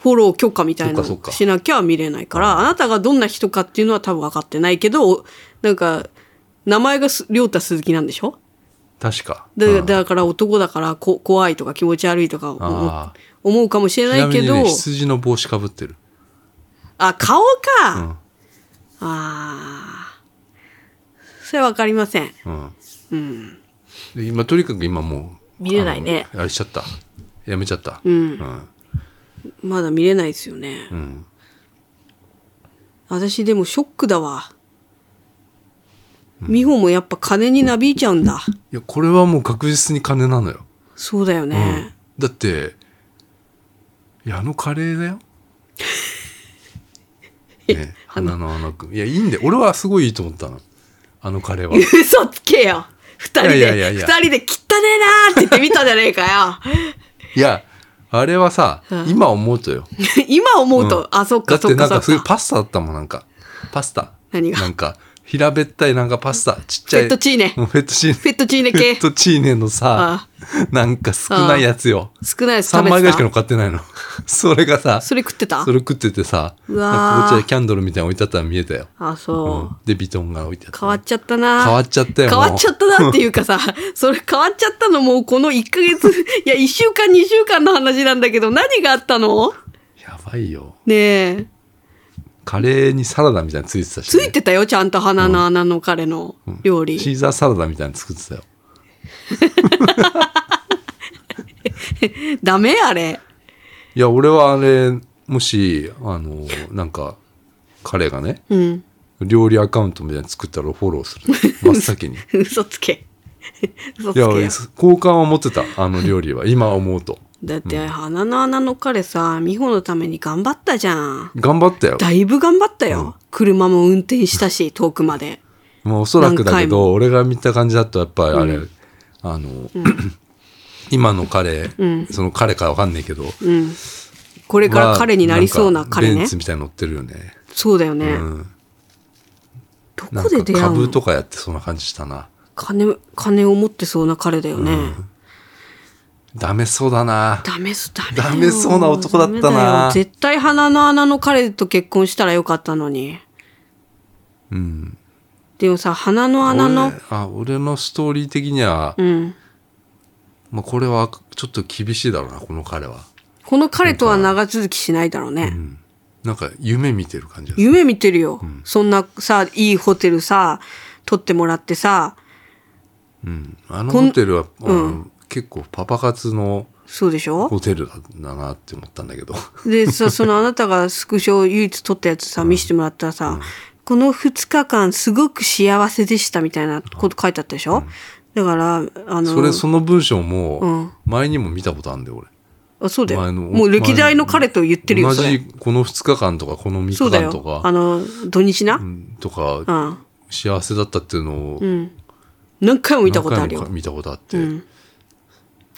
S2: フォロー許可みたいな
S3: そっかそっ
S2: の
S3: か
S2: しなきゃ見れないからあなたがどんな人かっていうのは多分分かってないけどなんか名前がす亮太鈴木なんでしょ
S3: 確か。
S2: だ,、
S3: うん
S2: だから男だからこ怖いとか気持ち悪いとか思
S3: あー
S2: 思うかもしれ
S3: ち
S2: な
S3: ないみ
S2: け
S3: に
S2: ど、
S3: ね、羊の帽子かぶってる。
S2: あ顔か、
S3: ん
S2: ああそれは分かりません
S3: うん。で今、とにかく今もう。
S2: 見れないね
S3: あのあれしちゃった。やめちゃった。
S2: ん
S3: うん。
S2: まだ見れないですよね、
S3: うん。
S2: 私でもショックだわ美穂もやっぱ金になびいちゃうんだ
S3: いや、これはもう確実に金なのよ。
S2: そうだよね、
S3: だって、いや、あのカレー だよ。ね、花の穴くん。いや、いいんで、俺はすごいいいと思ったの。あのカレーは。
S2: 嘘つけよ二人
S3: いやいや
S2: で
S3: いやい
S2: 二
S3: や
S2: 人で「汚ねえな」って言ってみたじゃねえかよ
S3: いや、あれはさ、
S2: うん
S3: 今思うとよ。
S2: 今思うと、あそっ
S3: だ
S2: か
S3: っ
S2: そ
S3: て
S2: っ
S3: な
S2: か
S3: んかす
S2: そ
S3: ごい
S2: っか
S3: パスタだったもん、なんか。パスタ。
S2: 何が
S3: なんか、平べったいなんかパスタ。ちっちゃい。
S2: フェットチーネ
S3: うんフェットチーネ。
S2: フェットチーネ
S3: フェ
S2: 系
S3: ットチーネのさ、なんか少ないやつよ。
S2: 少ないやつ
S3: 3
S2: 食べ
S3: 枚ぐらいしか
S2: て
S3: の
S2: た
S3: 買っ てないの。それがさ、
S2: それ食ってた
S3: それ食っててさ、
S2: うわー
S3: なんかこっちでキャンドルみたいなの置いてあったの見えたよ。
S2: あそう、
S3: うんで、ビトンが置いてあった。
S2: 変わっちゃったな
S3: 変わっちゃったよ
S2: 変わっちゃったなっていうかさ それ変わっちゃったのもうこの1ヶ月 いや1週間2週間の話なんだけど何があったの
S3: やばいよ。
S2: ねえ
S3: カレーにサラダみたいなのついてたし
S2: つ
S3: ね、
S2: いてたよちゃんと鼻の穴の彼の料理、
S3: シーザーサラダみたいなの作ってたよ。
S2: ダメあれ
S3: いや、俺はあれ、もし、あの、なんか、彼がね、
S2: うん
S3: 料理アカウントみたいに作ったらフォローする。真っ先に。い
S2: 嘘つけ。嘘つけ
S3: や、
S2: よ。
S3: 好感は持ってた、あの料理は。今思うと。
S2: だって、鼻の穴の彼さ、美穂のために頑張ったじゃん。
S3: 頑張ったよ。
S2: だいぶ頑張ったよ。車も運転したし、遠くまで。
S3: まあ、おそらくだけ
S2: 何回も
S3: ど、俺が見た感じだと、やっぱりあれ、あの、 今の彼、その彼かわかんないけど、
S2: これから彼になりそうな彼
S3: ベ
S2: ね
S3: ン。ツみたいに乗ってるよね。
S2: そうだよね。
S3: うん。
S2: ど
S3: な
S2: こで
S3: ん
S2: 出
S3: か
S2: 会う
S3: 株
S2: の
S3: とかやってそんな感じしたな。
S2: 金、金を持ってそうな彼だよね。
S3: ダメそうだな。
S2: ダメそ、ダメだよ。
S3: ダメそうな男だったな
S2: ダメよ絶対鼻の穴の彼と結婚したらよかったのに。
S3: うん。
S2: でもさ、鼻の穴の
S3: 俺、あ、俺のストーリー的には、
S2: うん。
S3: まあ、これはちょっと厳しいだろうな、この彼は。
S2: この彼とは長続きしないだろうね。
S3: うん。なんか夢見てる感じがする
S2: 夢見てるよ、そんなさ、いいホテルさ、取ってもらってさ、
S3: うん。あの
S2: こん
S3: ホテルは、
S2: う
S3: うん結構パパ活の
S2: そうでしょ
S3: ホテルだなって思ったんだけど。
S2: で さ、そのあなたがスクショを唯一撮ったやつさ、見せてもらったらさ、この2日間すごく幸せでしたみたいなこと書いてあったでしょ、だから、あの、
S3: それ、その文章も、
S2: うん
S3: 前にも見たことあるんだよ、俺。
S2: あそうだよ。
S3: 前の
S2: もう歴代の彼と言ってるよ、
S3: 同
S2: それ。
S3: じ、この2日間とか、この3
S2: そう
S3: 日
S2: だ
S3: 間と
S2: よ。あ
S3: か、
S2: の、土日な、う、
S3: うんんとか、幸せだったっていうのを、
S2: 何回も見たことあ
S3: 何
S2: る
S3: 回も
S2: よ。
S3: 見たことあって。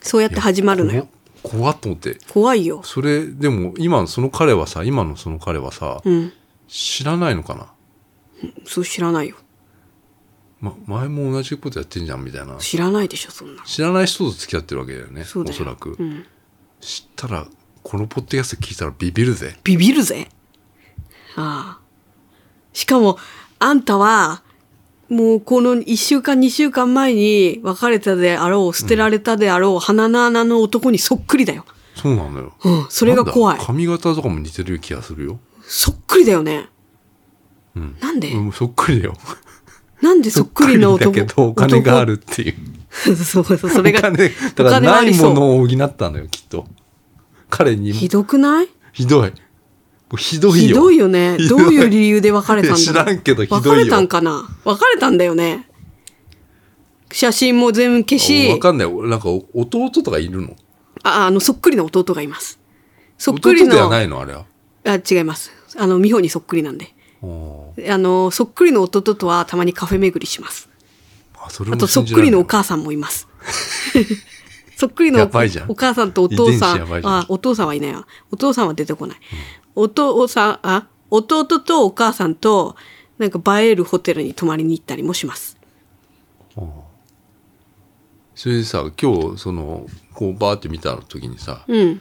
S2: そうやって始まるのよ。
S3: こ怖っと思って。
S2: 怖いよ。
S3: それ、でも、今、その彼はさ、今のその彼はさ、
S2: うん。
S3: 知らないのかな、
S2: そう知らないよ。
S3: ま、前も同じことやってんじゃん、みたいな。
S2: 知らないでしょ、そんな。
S3: 知らない人と付き合ってるわけだよね。
S2: そうだ
S3: お
S2: よ
S3: そらく。
S2: うん。
S3: 知ったら、このポッドキャスト聞いたらビビるぜ。
S2: ビビるぜ。ああ。しかも、あんたは、もうこの一週間、二週間前に別れたであろう、捨てられたであろう、鼻の穴の男にそっくりだよ。
S3: そうなのよ。
S2: うん、それが怖い
S3: なんだ。髪型とかも似てる気がするよ。
S2: そっくりだよね。
S3: ん
S2: なんで、
S3: うん、そっくりだよ。
S2: なんでそっくりな
S3: そ
S2: 男
S3: っくりだけど、お金があるっていう。
S2: 男 そうそう、それ
S3: お
S2: が
S3: 金、だからないものを補ったのよ、きっと。彼にも
S2: ひどくない
S3: ひどい。これひどいよ。
S2: ひどいよね。
S3: ひ
S2: ど
S3: ど
S2: う
S3: い
S2: いう理由で別れたんだろう
S3: いや知らんけどひどいよ
S2: 別れたんかな別れたんだよね。写真も全部消
S3: わ
S2: し、
S3: かんない。なんか、お弟とかいるの
S2: あ、あの、そっくりの弟がいます。そっく
S3: 弟
S2: り
S3: では
S2: の、
S3: な
S2: あ
S3: いのあれは。
S2: 違います。あの、美穂にそっくりなんで。
S3: おー
S2: あの、そっくりの弟とはたまにカフェ巡りします。
S3: あ、それ
S2: あ
S3: も
S2: と、そ
S3: 信
S2: っ
S3: じ
S2: く
S3: ら
S2: り
S3: れな
S2: の
S3: い
S2: お母さんもい ます。そっくりの
S3: やばいじゃん
S2: お母さんとお父さ
S3: 遺伝子
S2: ん
S3: やばいじゃん
S2: あ、お父さんはいないわ。お父さんは出てこない。お父さん、あ、弟とお母さんと、なんか映えるホテルに泊まりに行ったりもします。
S3: それでさ、今日、その、こう、バーって見た時にさ、
S2: うん。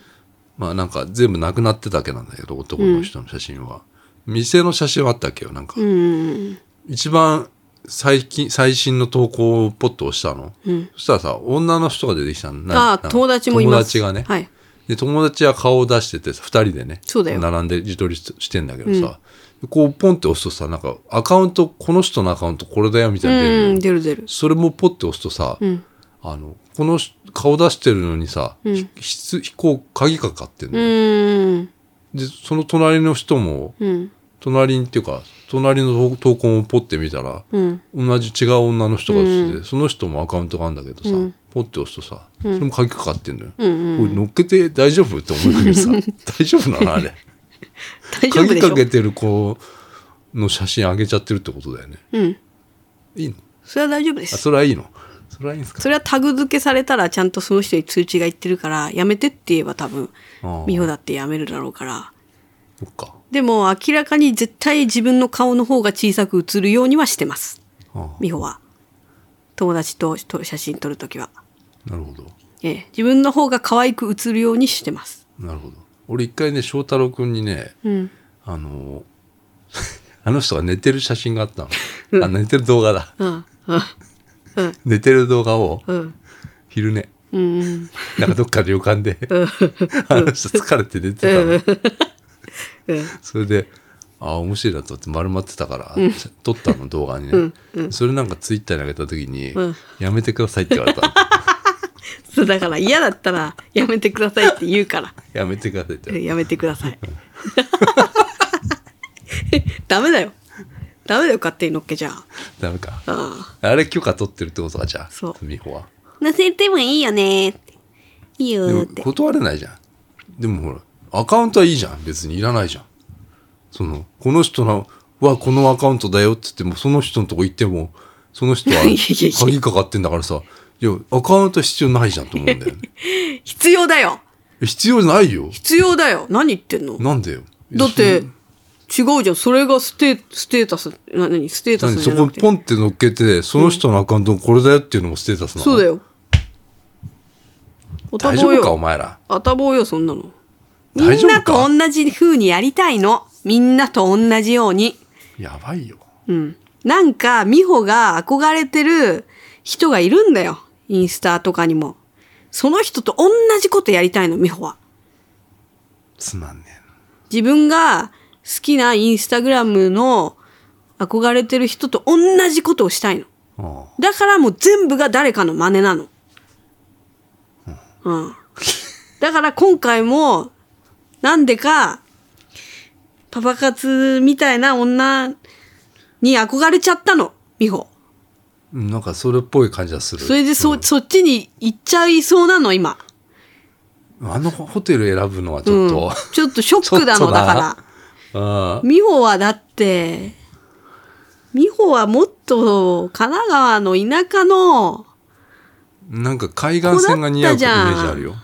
S3: まあなんか全部なくなってただけなんだけど、男の人の写真は。店の写真はあったっけよ、なんか。
S2: うん。
S3: 一番最近、最新の投稿をポッと押したの。そしたらさ、女の人が出てきたの。な
S2: あ、
S3: な
S2: 友達もいます。
S3: 友達がね。
S2: はい。
S3: で、友達は顔を出しててさ、二人でね。
S2: そうだよ
S3: 並んで自撮りしてんだけどさ、こう、ポンって押すとさ、なんか、アカウント、この人のアカウントこれだよ、みたいなの出るの
S2: う
S3: よ
S2: ん、出る出る。
S3: それもポッて押すとさ、あの、この人顔出してるのにさ、ひつ飛行鍵かかってんの
S2: う
S3: よ、
S2: ん。
S3: で、その隣の人も、
S2: うん。
S3: 隣にっていうか、隣の投稿をポッて見たら、
S2: うん。
S3: 同じ違う女の人が映ってて、その人もアカウントがあるんだけどさ、ポッて押すとさ、それも鍵かかってんのよ。これ乗っけて大丈夫って思うんだけ どさ、大丈夫なのあれ。
S2: 大丈夫でし
S3: 鍵か
S2: ょ
S3: けてる子の写真上げちゃってるってことだよね。
S2: うん。
S3: いいの
S2: それは大丈夫で
S3: あ、
S2: す。
S3: それはいいのそれはいいんですか
S2: それはタグ付けされたらちゃんとその人に通知がいってるから、やめてって言えば多分
S3: ああ、
S2: 美穂だってやめるだろうから。
S3: そっか。
S2: でも明らかに絶対自分の顔の方が小さく映るようにはしてます。
S3: あ
S2: 美穂は。友達とと写真撮るときは。
S3: あなるほど。
S2: ええ、自分の方が可愛く映るようにしてます。
S3: なるほど。俺一回ね、翔太郎くんにね、
S2: うん。
S3: あの、 あの人が寝てる写真があったの。あ、寝てる動画だ。
S2: うん。うん
S3: 寝てる動画を
S2: うん。
S3: 昼寝。
S2: うん。
S3: なんかどっかの旅館で、 あの人疲れて寝てたの。
S2: うん。
S3: それで、あ面白いなと思って丸まってたから、撮ったの動画にね、それなんかツイッターに上げた時に、
S2: うん
S3: やめてくださいって言われ たの。
S2: そうだから嫌だったらやめてくださいって言うから。
S3: やめてく ださいって言われ
S2: やめてください。ダメだよ。ダメだよ、勝手に乗っけちゃ。
S3: ダメか。
S2: うん。
S3: あれ許可取ってるってことか、じゃあ。
S2: そう
S3: 美穂は。
S2: 乗せてもいいよねって。いいよ
S3: でも
S2: って。
S3: 断れないじゃん。でもほら、アカウントはいいじゃん。別にいらないじゃん。その、この人のはこのアカウントだよって言っても、その人のとこ行っても、その人は
S2: いやいやいや
S3: 鍵かかってんだからさ、いや、アカウント必要ないじゃんと思うんだよ ね。
S2: 必要だよ
S3: 必要ないよ。
S2: 必要だよ何言ってんの
S3: なんでよ。
S2: だって
S3: そ、
S2: 違うじゃん。それがステ、ステータス、な、なに、ステータ
S3: 何
S2: スじ
S3: そ
S2: ゃな
S3: こ
S2: くて。
S3: ポンって乗っけて、その人のアカウントこれだよっていうのもステータスなの、
S2: そうだ。よ。おた
S3: 大
S2: ぼ
S3: 丈
S2: う
S3: 夫か、お
S2: よ。
S3: 前ら。
S2: あたぼうよ、そんなの。み
S3: 大
S2: ん
S3: 丈夫か
S2: なと同じ風にやりたいの。みんなと同じように。
S3: やばいよ。
S2: うん。なんか、美穂が憧れてる人がいるんだよ。インスタとかにも。その人と同じことやりたいの、美穂は。
S3: つまんね
S2: 自分が好きなインスタグラムの憧れてる人と同じことをしたいの。
S3: えな。ああ
S2: だからもう全部が誰かの真似なの。うん。だから今回も、なんでか、パパ活みたいな女に憧れちゃったの、美穂。
S3: うんなんかそれっぽい感じはする。
S2: それでそ、そっちに行っちゃいそうなの、今。
S3: あのホテル選ぶのはち
S2: う
S3: ょ
S2: ん
S3: っと、。
S2: ちょっとショックだ
S3: ちょ
S2: の、
S3: っとな
S2: だから。
S3: あ
S2: 美穂はだって、美穂はもっと神奈川の田舎の、
S3: あなんか海岸線が似合うイメージあるよ。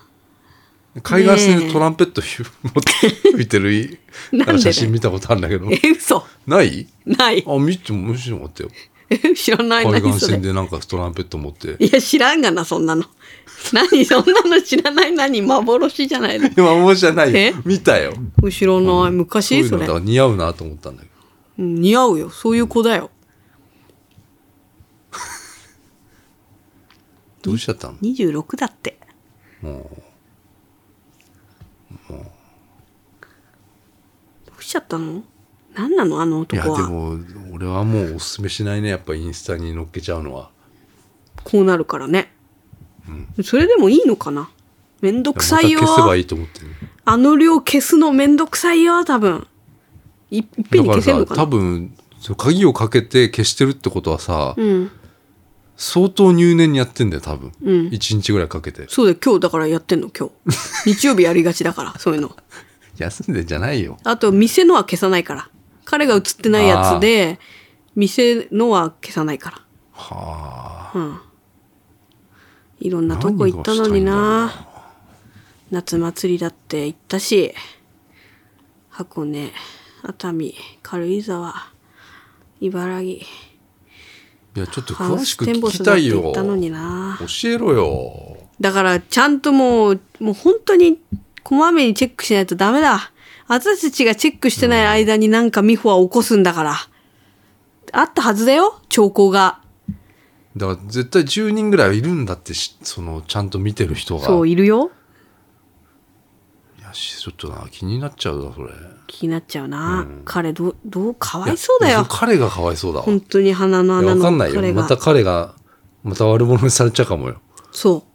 S3: 海岸線でトランペットひゅ持って吹いてる
S2: なんでだよ
S3: なんか写真見たことあるんだけど。
S2: え、嘘。
S3: ない
S2: ない。
S3: あ、見ても面白かったよ。
S2: え、知らない
S3: 海
S2: 何
S3: 岸
S2: それ
S3: 線。でなんかトランペット持って。
S2: いや、知らんがな、そんなの。 何、そんなの知らない何、幻じゃないの。
S3: 今もうじゃない
S2: え
S3: よ。見たよ。
S2: 知らない。
S3: そう
S2: 昔
S3: いう
S2: そ
S3: のだ
S2: れ
S3: から似合うなと思ったんだけど。
S2: うん似合うよ。そういう子だよ。
S3: どうしちゃったの
S2: 26だって。
S3: も
S2: どうしちゃったの何なのあの
S3: う。いや、
S2: 男
S3: で
S2: は。
S3: も、俺はもうおすすめしないね。やっぱインスタに乗っけちゃうのは。
S2: こうなるからね。それでもいいのかなめんどくさいよ
S3: また消せばいいと思ってる。
S2: あの量消すのめんどくさいよ、多分。いいっぺんに消せんの
S3: だ
S2: かな
S3: から多分その鍵をかけて消してるってことはさ、
S2: うん。
S3: 相当入念にやってんだよ多分、
S2: うん
S3: 一1日ぐらいかけて
S2: そうだよ、今日だからやってんの、今日。日曜日やりがちだから、そういうの。
S3: 休んでんじゃないよ
S2: あと、店のは消さないから。彼が映ってないやつで、店のは消さないか
S3: はあ
S2: ら。うん。いろんなとこ行ったのに
S3: 何が
S2: な。夏祭りだって行ったし、箱根、熱海、軽井沢、茨城、
S3: いやちょっと
S2: ハ
S3: 詳
S2: ウ
S3: し
S2: ス
S3: く
S2: テン
S3: 聞
S2: ボ
S3: き
S2: スだったて
S3: い
S2: 行
S3: よ
S2: ったのにな。
S3: 教えろよ
S2: だから、ちゃんともう、もう本当に、こまめにチェックしないとダメだ。私たちがチェックしてない間になんか美穂は起こすんだから。あったはずだよ、兆候が。
S3: だから絶対10人ぐらいいるんだってしそのちゃんと見てる人が
S2: そう、
S3: い
S2: いるよ。
S3: やしちょっとな気になっちゃうなそれ
S2: 気になっちゃうな。
S3: うん
S2: 彼、どう、どう、かわいそうだ
S3: いや
S2: よ
S3: その。彼がかわいそうだわい
S2: 本当に鼻の
S3: や
S2: 穴
S3: わ
S2: の
S3: かんない
S2: 彼
S3: よ
S2: が。
S3: また彼がまた悪者にされちゃうかもよ
S2: そ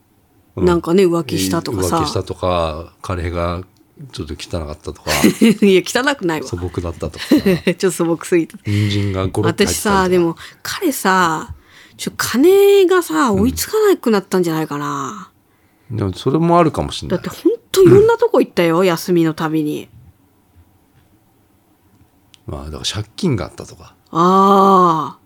S2: う、
S3: うん
S2: なんかね、浮気したとかさ。
S3: 浮気したとか彼がちょっと汚かったとか
S2: いや、汚くないわ。
S3: 素朴だったとか
S2: ちょっと素朴すぎて。
S3: 人参がゴロッと入ってたりとか
S2: 私さ、でも、彼さ、ちょ、金がさ、追いつかなくなったんじゃないかな。
S3: でもそれもあるかもしれ
S2: だ
S3: な
S2: っ
S3: い
S2: てほんといろんなとこ行ったよ、休みのたびに。
S3: まあだから借金があったとか
S2: ああ。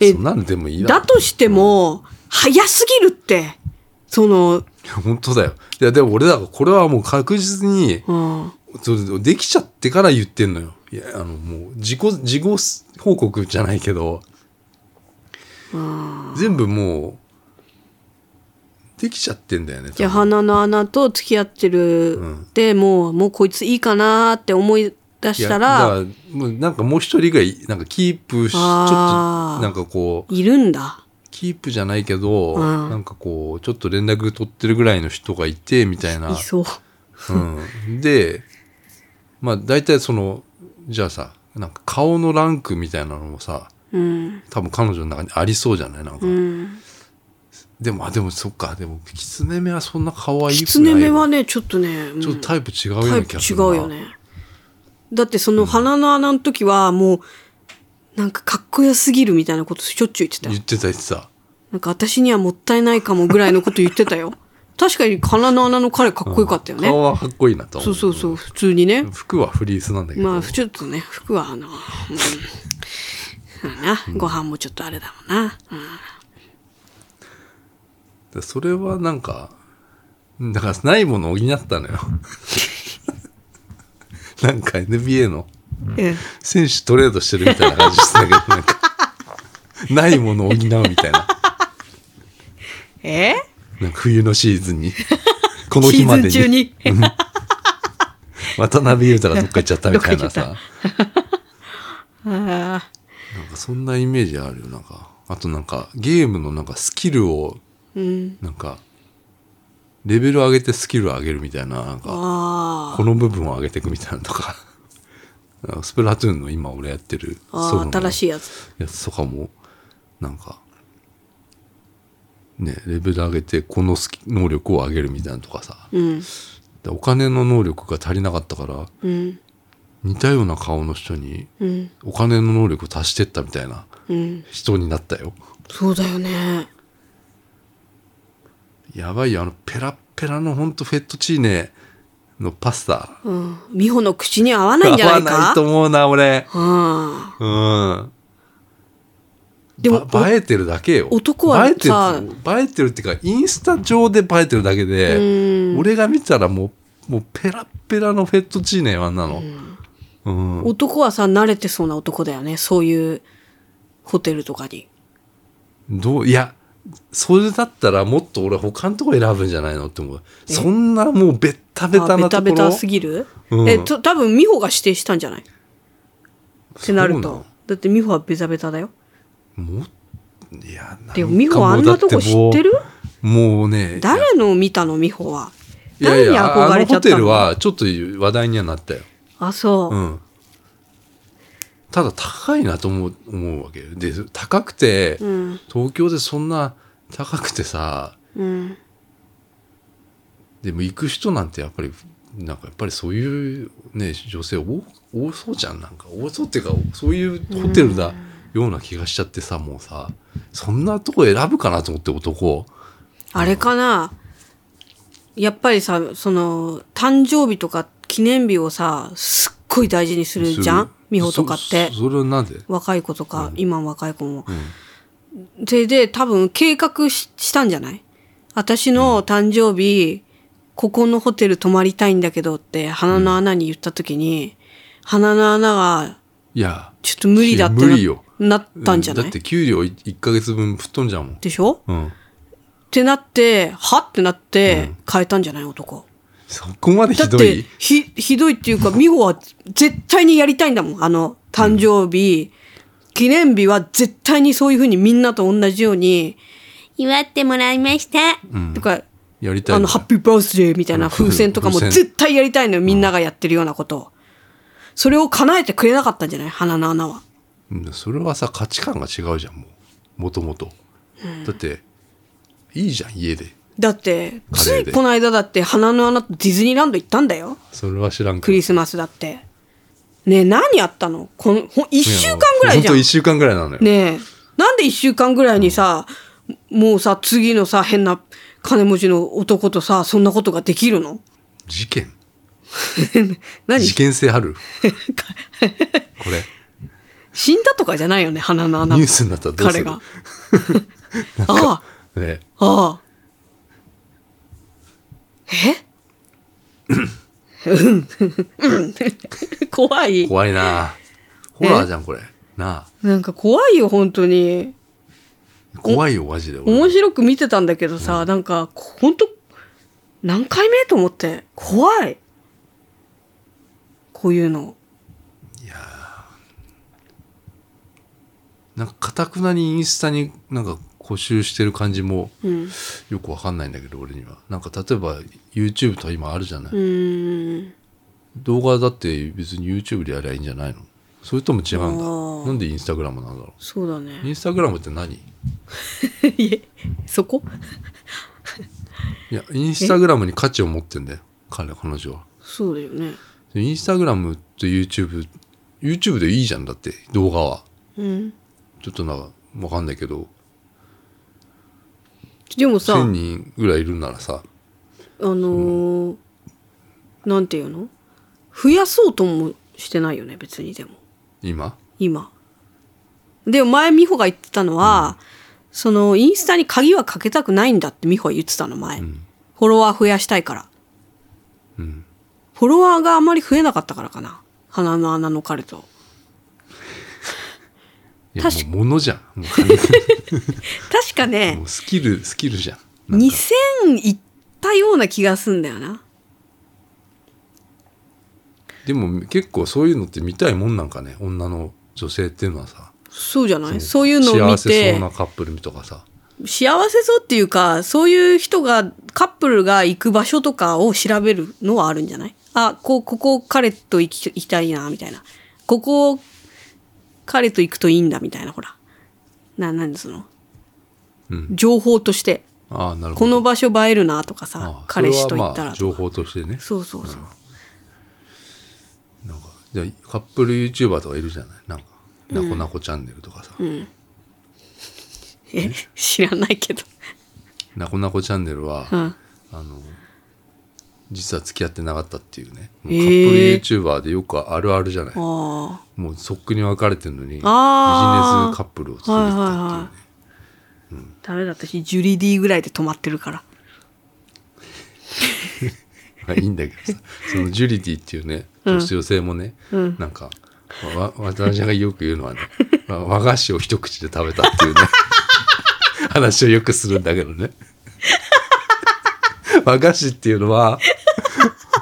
S2: え
S3: そん、なのでもいい
S2: だ
S3: だ
S2: としても、早すぎるって。その、
S3: 本当だよいやでも俺だからこれはもう確実に
S2: うん。
S3: そうできちゃってから言ってんのよいやあのもう自己自己報告じゃないけど全部もうできちゃってんだよね
S2: じゃあ
S3: 多分
S2: 鼻の穴と付き合ってる、
S3: ん
S2: でもう、もうこいついいかなーって思い出
S3: い
S2: し
S3: や
S2: た、
S3: だかららもうなんかもう一人ぐらいなんかキープしちょっと
S2: あー
S3: なんかこう
S2: いるんだ。
S3: キープじゃないけど、
S2: うん
S3: なんかこうちょっと連絡取ってるぐらいの人がいてみたいない
S2: そう。
S3: うん、でまあ大体そのじゃあさなんか顔のランクみたいなのもさ
S2: うん。
S3: 多分彼女の中にありそうじゃないなんか、
S2: うん。
S3: でもあでもそっかでもキツネ目はそんな可愛いくない
S2: キツネ目はね、ちょっとね、うん
S3: ちょっとタイプ違うよう
S2: タ
S3: な
S2: イ
S3: 気
S2: プ
S3: が
S2: 違
S3: す
S2: う
S3: るな
S2: よね。だってその鼻の穴の時はもう、なんかかっこよすぎるみたいなことしょっちゅう言ってたよ
S3: 言ってた言ってた
S2: なんか私にはもったいないかもぐらいのこと言ってた よ確かに鼻の穴の彼かっこよかったよね、
S3: 顔はかっこいいなと思
S2: そうそうそう普通にね
S3: 服はフリースなんだけど、
S2: まあちょっとね服はあの、うん、そうだなご飯もちょっとあれだもんな、うん
S3: でそれはなんかだからないものを補ったのよ なんか NBA の
S2: ええ
S3: 選手トレードしてるみたいな感じしてたけどなんかないものを補うみたいな
S2: え
S3: なんか冬のシーズンにこの日までに
S2: シーズン中に
S3: 渡辺裕太がどっか行っちゃったみたいなさ
S2: どっ
S3: な
S2: あ
S3: んかそんなイメージあるよなんかあとなんかゲームのなんかスキルを
S2: ーうん
S3: なんかレベル上げてスキル上げるみたいななんか
S2: あ
S3: この部分を上げていくみたいなのとか あのスプラトゥーンの今俺やってる
S2: ーあー新しいやつ
S3: やつとかもなんかねレベル上げてこのスキ能力を上げるみたいなのとかさ
S2: うん
S3: でお金の能力が足りなかったから
S2: うん
S3: 似たような顔の人に
S2: うん
S3: お金の能力を足してったみたいな
S2: うん
S3: 人になったよ
S2: そうだよね
S3: やばいよあのペラッペラのほんとフェットチーネのパスタ
S2: うん美穂の口に合わないんじゃないか
S3: 合わないと思うな俺
S2: あ
S3: うん
S2: でも
S3: ば映えてるだけよ
S2: 男は
S3: 映えてる
S2: さ
S3: 映えてるっていうかインスタ上で映えてるだけで俺が見たらもうもうペラッペラのフェットチーネよあんなのうん、
S2: あ男はさ慣れてそうな男だよねそういうホテルとかに
S3: どういやそれだったらもっと俺他のとこ選ぶんじゃないのって思うそんなもうベッタベ
S2: あ
S3: タ
S2: ベ
S3: なところ
S2: タベタすぎる、
S3: うん
S2: えと多分美穂が指定したんじゃないってなる
S3: そうな
S2: と
S3: の
S2: だって美穂はベタベタだよ
S3: もういやなんか
S2: でも美穂あんなとこ知ってる
S3: もうだってもうもうね
S2: 誰のを見たの美穂はい
S3: やい
S2: 誰に
S3: や
S2: 憧れちゃっ
S3: あのホ
S2: た
S3: テ
S2: の
S3: ルはちょっと話題にはなったよ
S2: あそう、
S3: うん、ただ高いなと思う思うわけよで高くて、
S2: ん
S3: 東京でそんな高くてさ
S2: うん、
S3: でも行く人なんてやっぱりなんかやっぱりそういうね女性多多そうじゃんなんか多そうっていうかそういうホテルだような気がしちゃってさもうさそんなとこ選ぶかなと思って男
S2: あれかなやっぱりさその誕生日とか記念日をさすっごい大事にするじゃん美穂とかって
S3: そそそれはなぜ
S2: 若い子とか、今の若い子も。それで多分計画ししたんじゃない私の誕生日、ここのホテル泊まりたいんだけどって鼻の穴に言った時に、鼻の穴が
S3: いや
S2: ちょっと無理だって
S3: 無理よ
S2: ななったんじゃない、
S3: だって給料1か月分吹っ飛んじゃうもん、
S2: でしょ
S3: うん、
S2: ってなって、はってなって変えたんじゃない男。
S3: そこまで
S2: だ
S3: ひ
S2: っ
S3: どい
S2: てひひどいっていうか美穂は絶対にやりたいんだもんあの誕生日、記念日は絶対にそういうふうにみんなと同じように祝ってもらいました、とか
S3: やりたい
S2: あ
S3: ん
S2: の
S3: だ
S2: ハッピーバースデーみたいな風船とかも
S3: 風船
S2: 絶対やりたいのよみんながやってるようなことを、それを叶えてくれなかったんじゃない花の穴は
S3: うんそれはさ価値観が違うじゃんもうもともと、だっていいじゃん家で
S2: だって
S3: カ
S2: つ
S3: レーで
S2: いこの間だって花の穴とディズニーランド行ったんだよ
S3: それは知らん
S2: クリスマスだってねえ何やったのこのほん1週間ぐらいじゃん
S3: 1週間ぐらいなのよ、
S2: ねえなんで1週間ぐらいにさ、もうさ次のさ変な金持ちの男とさそんなことができるの
S3: 事件
S2: 何
S3: 事件性あ るこれ
S2: 死んだとかじゃないよね鼻の穴
S3: ニュースになったらどうす
S2: 彼が
S3: る
S2: あ
S3: ね
S2: あああえうん怖い
S3: 怖いなホラーじゃんこれなあ
S2: なんか怖いよ本当に
S3: 怖いよマジで俺
S2: 面白く見てたんだけどさ、なんか本当何回目と思って怖いこういうの
S3: なんかかたくなにインスタになんか固執してる感じも
S2: うん
S3: よくわかんないんだけど俺にはなんか例えば YouTube とか今あるじゃない、
S2: うーん
S3: 動画だって別に YouTube でやりゃいいんじゃないのそれとも違う
S2: あ
S3: ん
S2: ー
S3: だなんでインスタグラムなんだろ
S2: そうだ
S3: うイ
S2: ね
S3: ンスタグラムって何い
S2: いえそこ
S3: やインスタグラムに価値を持ってんだよ彼彼女は
S2: そうだよね
S3: でインスタグラムと YouTubeYouTube でいいじゃんだって動画は
S2: ううん。
S3: ちょっとなんかわかんないけど
S2: でもさ、あ
S3: 1,000
S2: の
S3: 人ぐらいいるならさ
S2: ー、なんていうの増やそうともしてないよね、別にでも。
S3: 今
S2: 今。でも前、美穂が言ってたのは、その、インスタに鍵はかけたくないんだって美穂は言ってたの、前。フォロワー増やしたいから。フォロワーがあまり増えなかったからかな。鼻の穴の彼と。
S3: いや
S2: 確
S3: もう物じゃんもう
S2: 確かね
S3: も、うスキルスキルじゃんなんか
S2: 2000いったような気がすんだよな。
S3: でも結構そういうのって見たいもんなんかね女の女性っていうのはさ
S2: そうじゃないそういうのを見
S3: 幸せ
S2: て
S3: そうなカップルとかさ
S2: 幸せそうっていうかそういう人がカップルが行く場所とかを調べるのはあるんじゃないあこうここ彼と行き行きたいなみたいなここ彼と行くといいんだみたいなほらななんでその、
S3: うん
S2: 情報として
S3: ああなるほ
S2: こ
S3: ど
S2: の場所映えるなとかさ
S3: ああ
S2: 彼氏と行っ
S3: それ
S2: たら
S3: はま
S2: と
S3: あ
S2: か
S3: 情報としてね
S2: そうそうそう、
S3: なんかじゃあカップル YouTuber とかいるじゃないなんかなこなこチャンネルとかさ、
S2: え知らないけど
S3: なこなこチャンネルは、
S2: うん
S3: あの実は付き合ってなかったっていうねもうカップ
S2: へえ
S3: ル YouTuber でよくあるあるじゃない、
S2: あ
S3: もうそっくに分かれてるのにビジネスカ
S2: あー
S3: ップルを作ったっていうね、
S2: はいはいはいあダメだったしジュリディぐらいで止まってるから
S3: まあいいんだけど さそのジュリディっていうね女性もね、なんかわ私がよく言うのはねわ和菓子を一口で食べたっ ていうね話をよくするんだけどね 和菓子っていうのは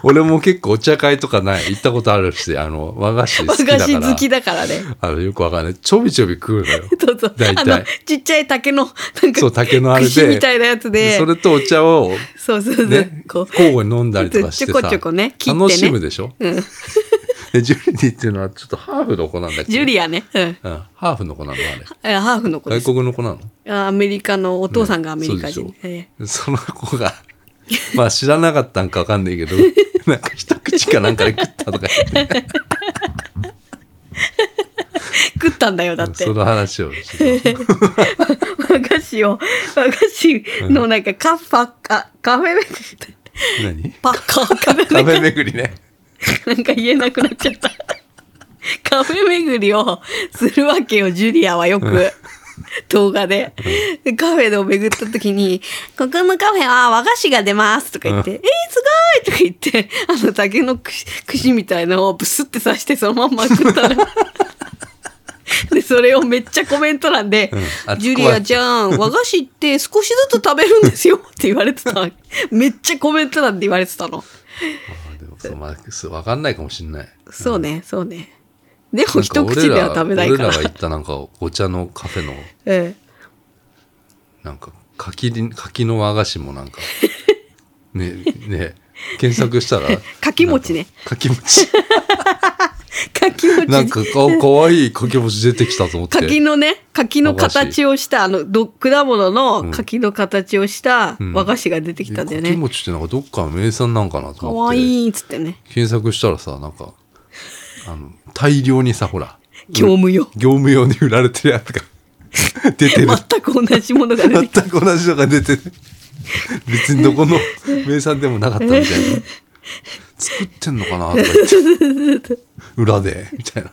S3: 俺も結構お茶会とかない行ったことあるしあの和菓子好
S2: 和
S3: きだ
S2: 菓
S3: か
S2: 子好
S3: ら
S2: きだからね
S3: あのよくわかんないちょびちょび食う のよ
S2: そうそう。
S3: 大
S2: あ
S3: 体
S2: の、ちっちゃい竹の、なんか、
S3: そう竹のあれで
S2: 串みたいなやつで、
S3: でそれとお茶を
S2: そうそうそう。
S3: ね
S2: こう
S3: 交互に飲んだりとかして
S2: ちょ
S3: さ
S2: こちょこね切ってね
S3: 楽しむでしょ
S2: うん、
S3: でジュリディっていうのはちょっとハーフの子なんだっけ
S2: ジュリアね。うん。
S3: うん、ハーフの子なのあれ
S2: えハーフの子で
S3: 外
S2: す。
S3: 国の子なの
S2: あアメリカの、お父さんがアメリカ
S3: そ
S2: 人
S3: う。
S2: え
S3: でしょその子 がまあ知らなかったんかわかんないけどなんか一口かなんかで食ったとか言って
S2: え食ったんだよ、だって。
S3: そ
S2: 和
S3: の話をしてた
S2: 菓子を、和菓子のなんかカファ、カカフェめぐり、
S3: 何
S2: パカカフェ
S3: 食
S2: め
S3: べ巡りね
S2: なんか言えなくなっちゃった。 カフェ巡りをするわけよ、ジュリアはよく。 動画で。でカフェで巡った時に、ここのカフェは和菓子が出ますとか言って、えー、すごいとか言って、 あの竹の串串みたいのをブスって刺してそのまんま食ったら。で、それをめっちゃコメント欄で、
S3: あ
S2: ジュリアちゃん、和菓子って少しずつ食べるんですよって言われてた。めっちゃコメント欄で言われてたの。
S3: あでもそう、まあ、そうわかんないかもしんない
S2: そうね、そうね。でも
S3: なんか
S2: 一口では食べないか
S3: 俺ら
S2: ら。
S3: 俺らが行ったなんかお茶のカフェの
S2: え
S3: なんか柿り柿の和菓子もなんかねね検索したら
S2: 柿餅ね
S3: なんか 柿餅
S2: え柿餅。
S3: なんかかかわいい柿餅出てきたと思って
S2: 柿のね、柿の形をした、あの、ど果物の柿の形をした
S3: ん
S2: 和菓子が出てきたんだよ
S3: え
S2: ね
S3: 柿。餅ってなんかどっかの名産なんかなと
S2: か
S3: 思っ
S2: わ
S3: て
S2: いいっつってね。
S3: 検索したらさなんかあの大量にさほら
S2: 業務用。
S3: 業務用に売られてるやつが 出てる
S2: 全く同じものが出てきた。
S3: 全く同じのが出てる別にどこの名産でもなかったみたいな作ってんのかなとか言って裏でみたいな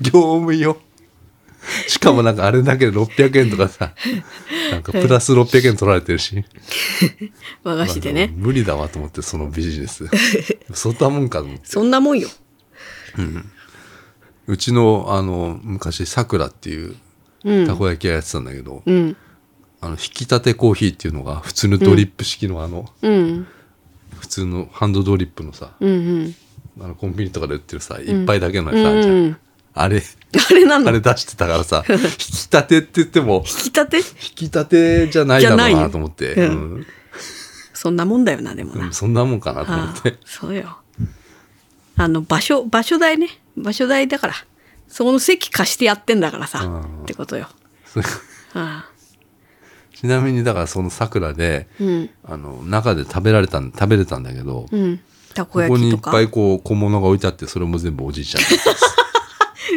S3: 業務用しかもなんかあれだけで600円とかさなんかプラス600円取られてるし
S2: 和菓子で
S3: ま
S2: ね
S3: あ。も無理だわと思ってそのビジネスそんなもんかと思って
S2: そんなもんよ。
S3: うちのあの昔さくらっていうたこ焼き屋やってたんだけど、
S2: うん。
S3: あの引き立てコーヒーっていうのが普通のドリップ式のあの、
S2: うん。
S3: 普通のハンドドリップのさ、
S2: うんうん。
S3: あのコンビニとかで売ってるさ一杯だけのやつあるじゃん、
S2: うんうん
S3: あ れ
S2: あれな
S3: あ
S2: の
S3: れ
S2: 引
S3: 出してたからさ引き立てって言っても
S2: き立て
S3: 引き立てじゃないだろ
S2: じゃな
S3: う
S2: いよ
S3: なと思って、
S2: う
S3: うんん
S2: そんなもんだよな、でも
S3: う
S2: な。
S3: んそんなもんかなと思
S2: あ
S3: っ
S2: あ
S3: て、
S2: そうよ。あの、場所、場所代ね。場所代だから。そこの席貸してやってんだからさ。
S3: うん
S2: ってことよ。ああ
S3: ちなみにだからそのさくらで、
S2: うん。
S3: あの中で食べられたん食べれたんだけど、
S2: うん。たこ
S3: こ
S2: 焼
S3: こ
S2: き
S3: にい
S2: と
S3: っ
S2: か。
S3: ぱいこう小物が置いてあってそれも全部おじいちゃん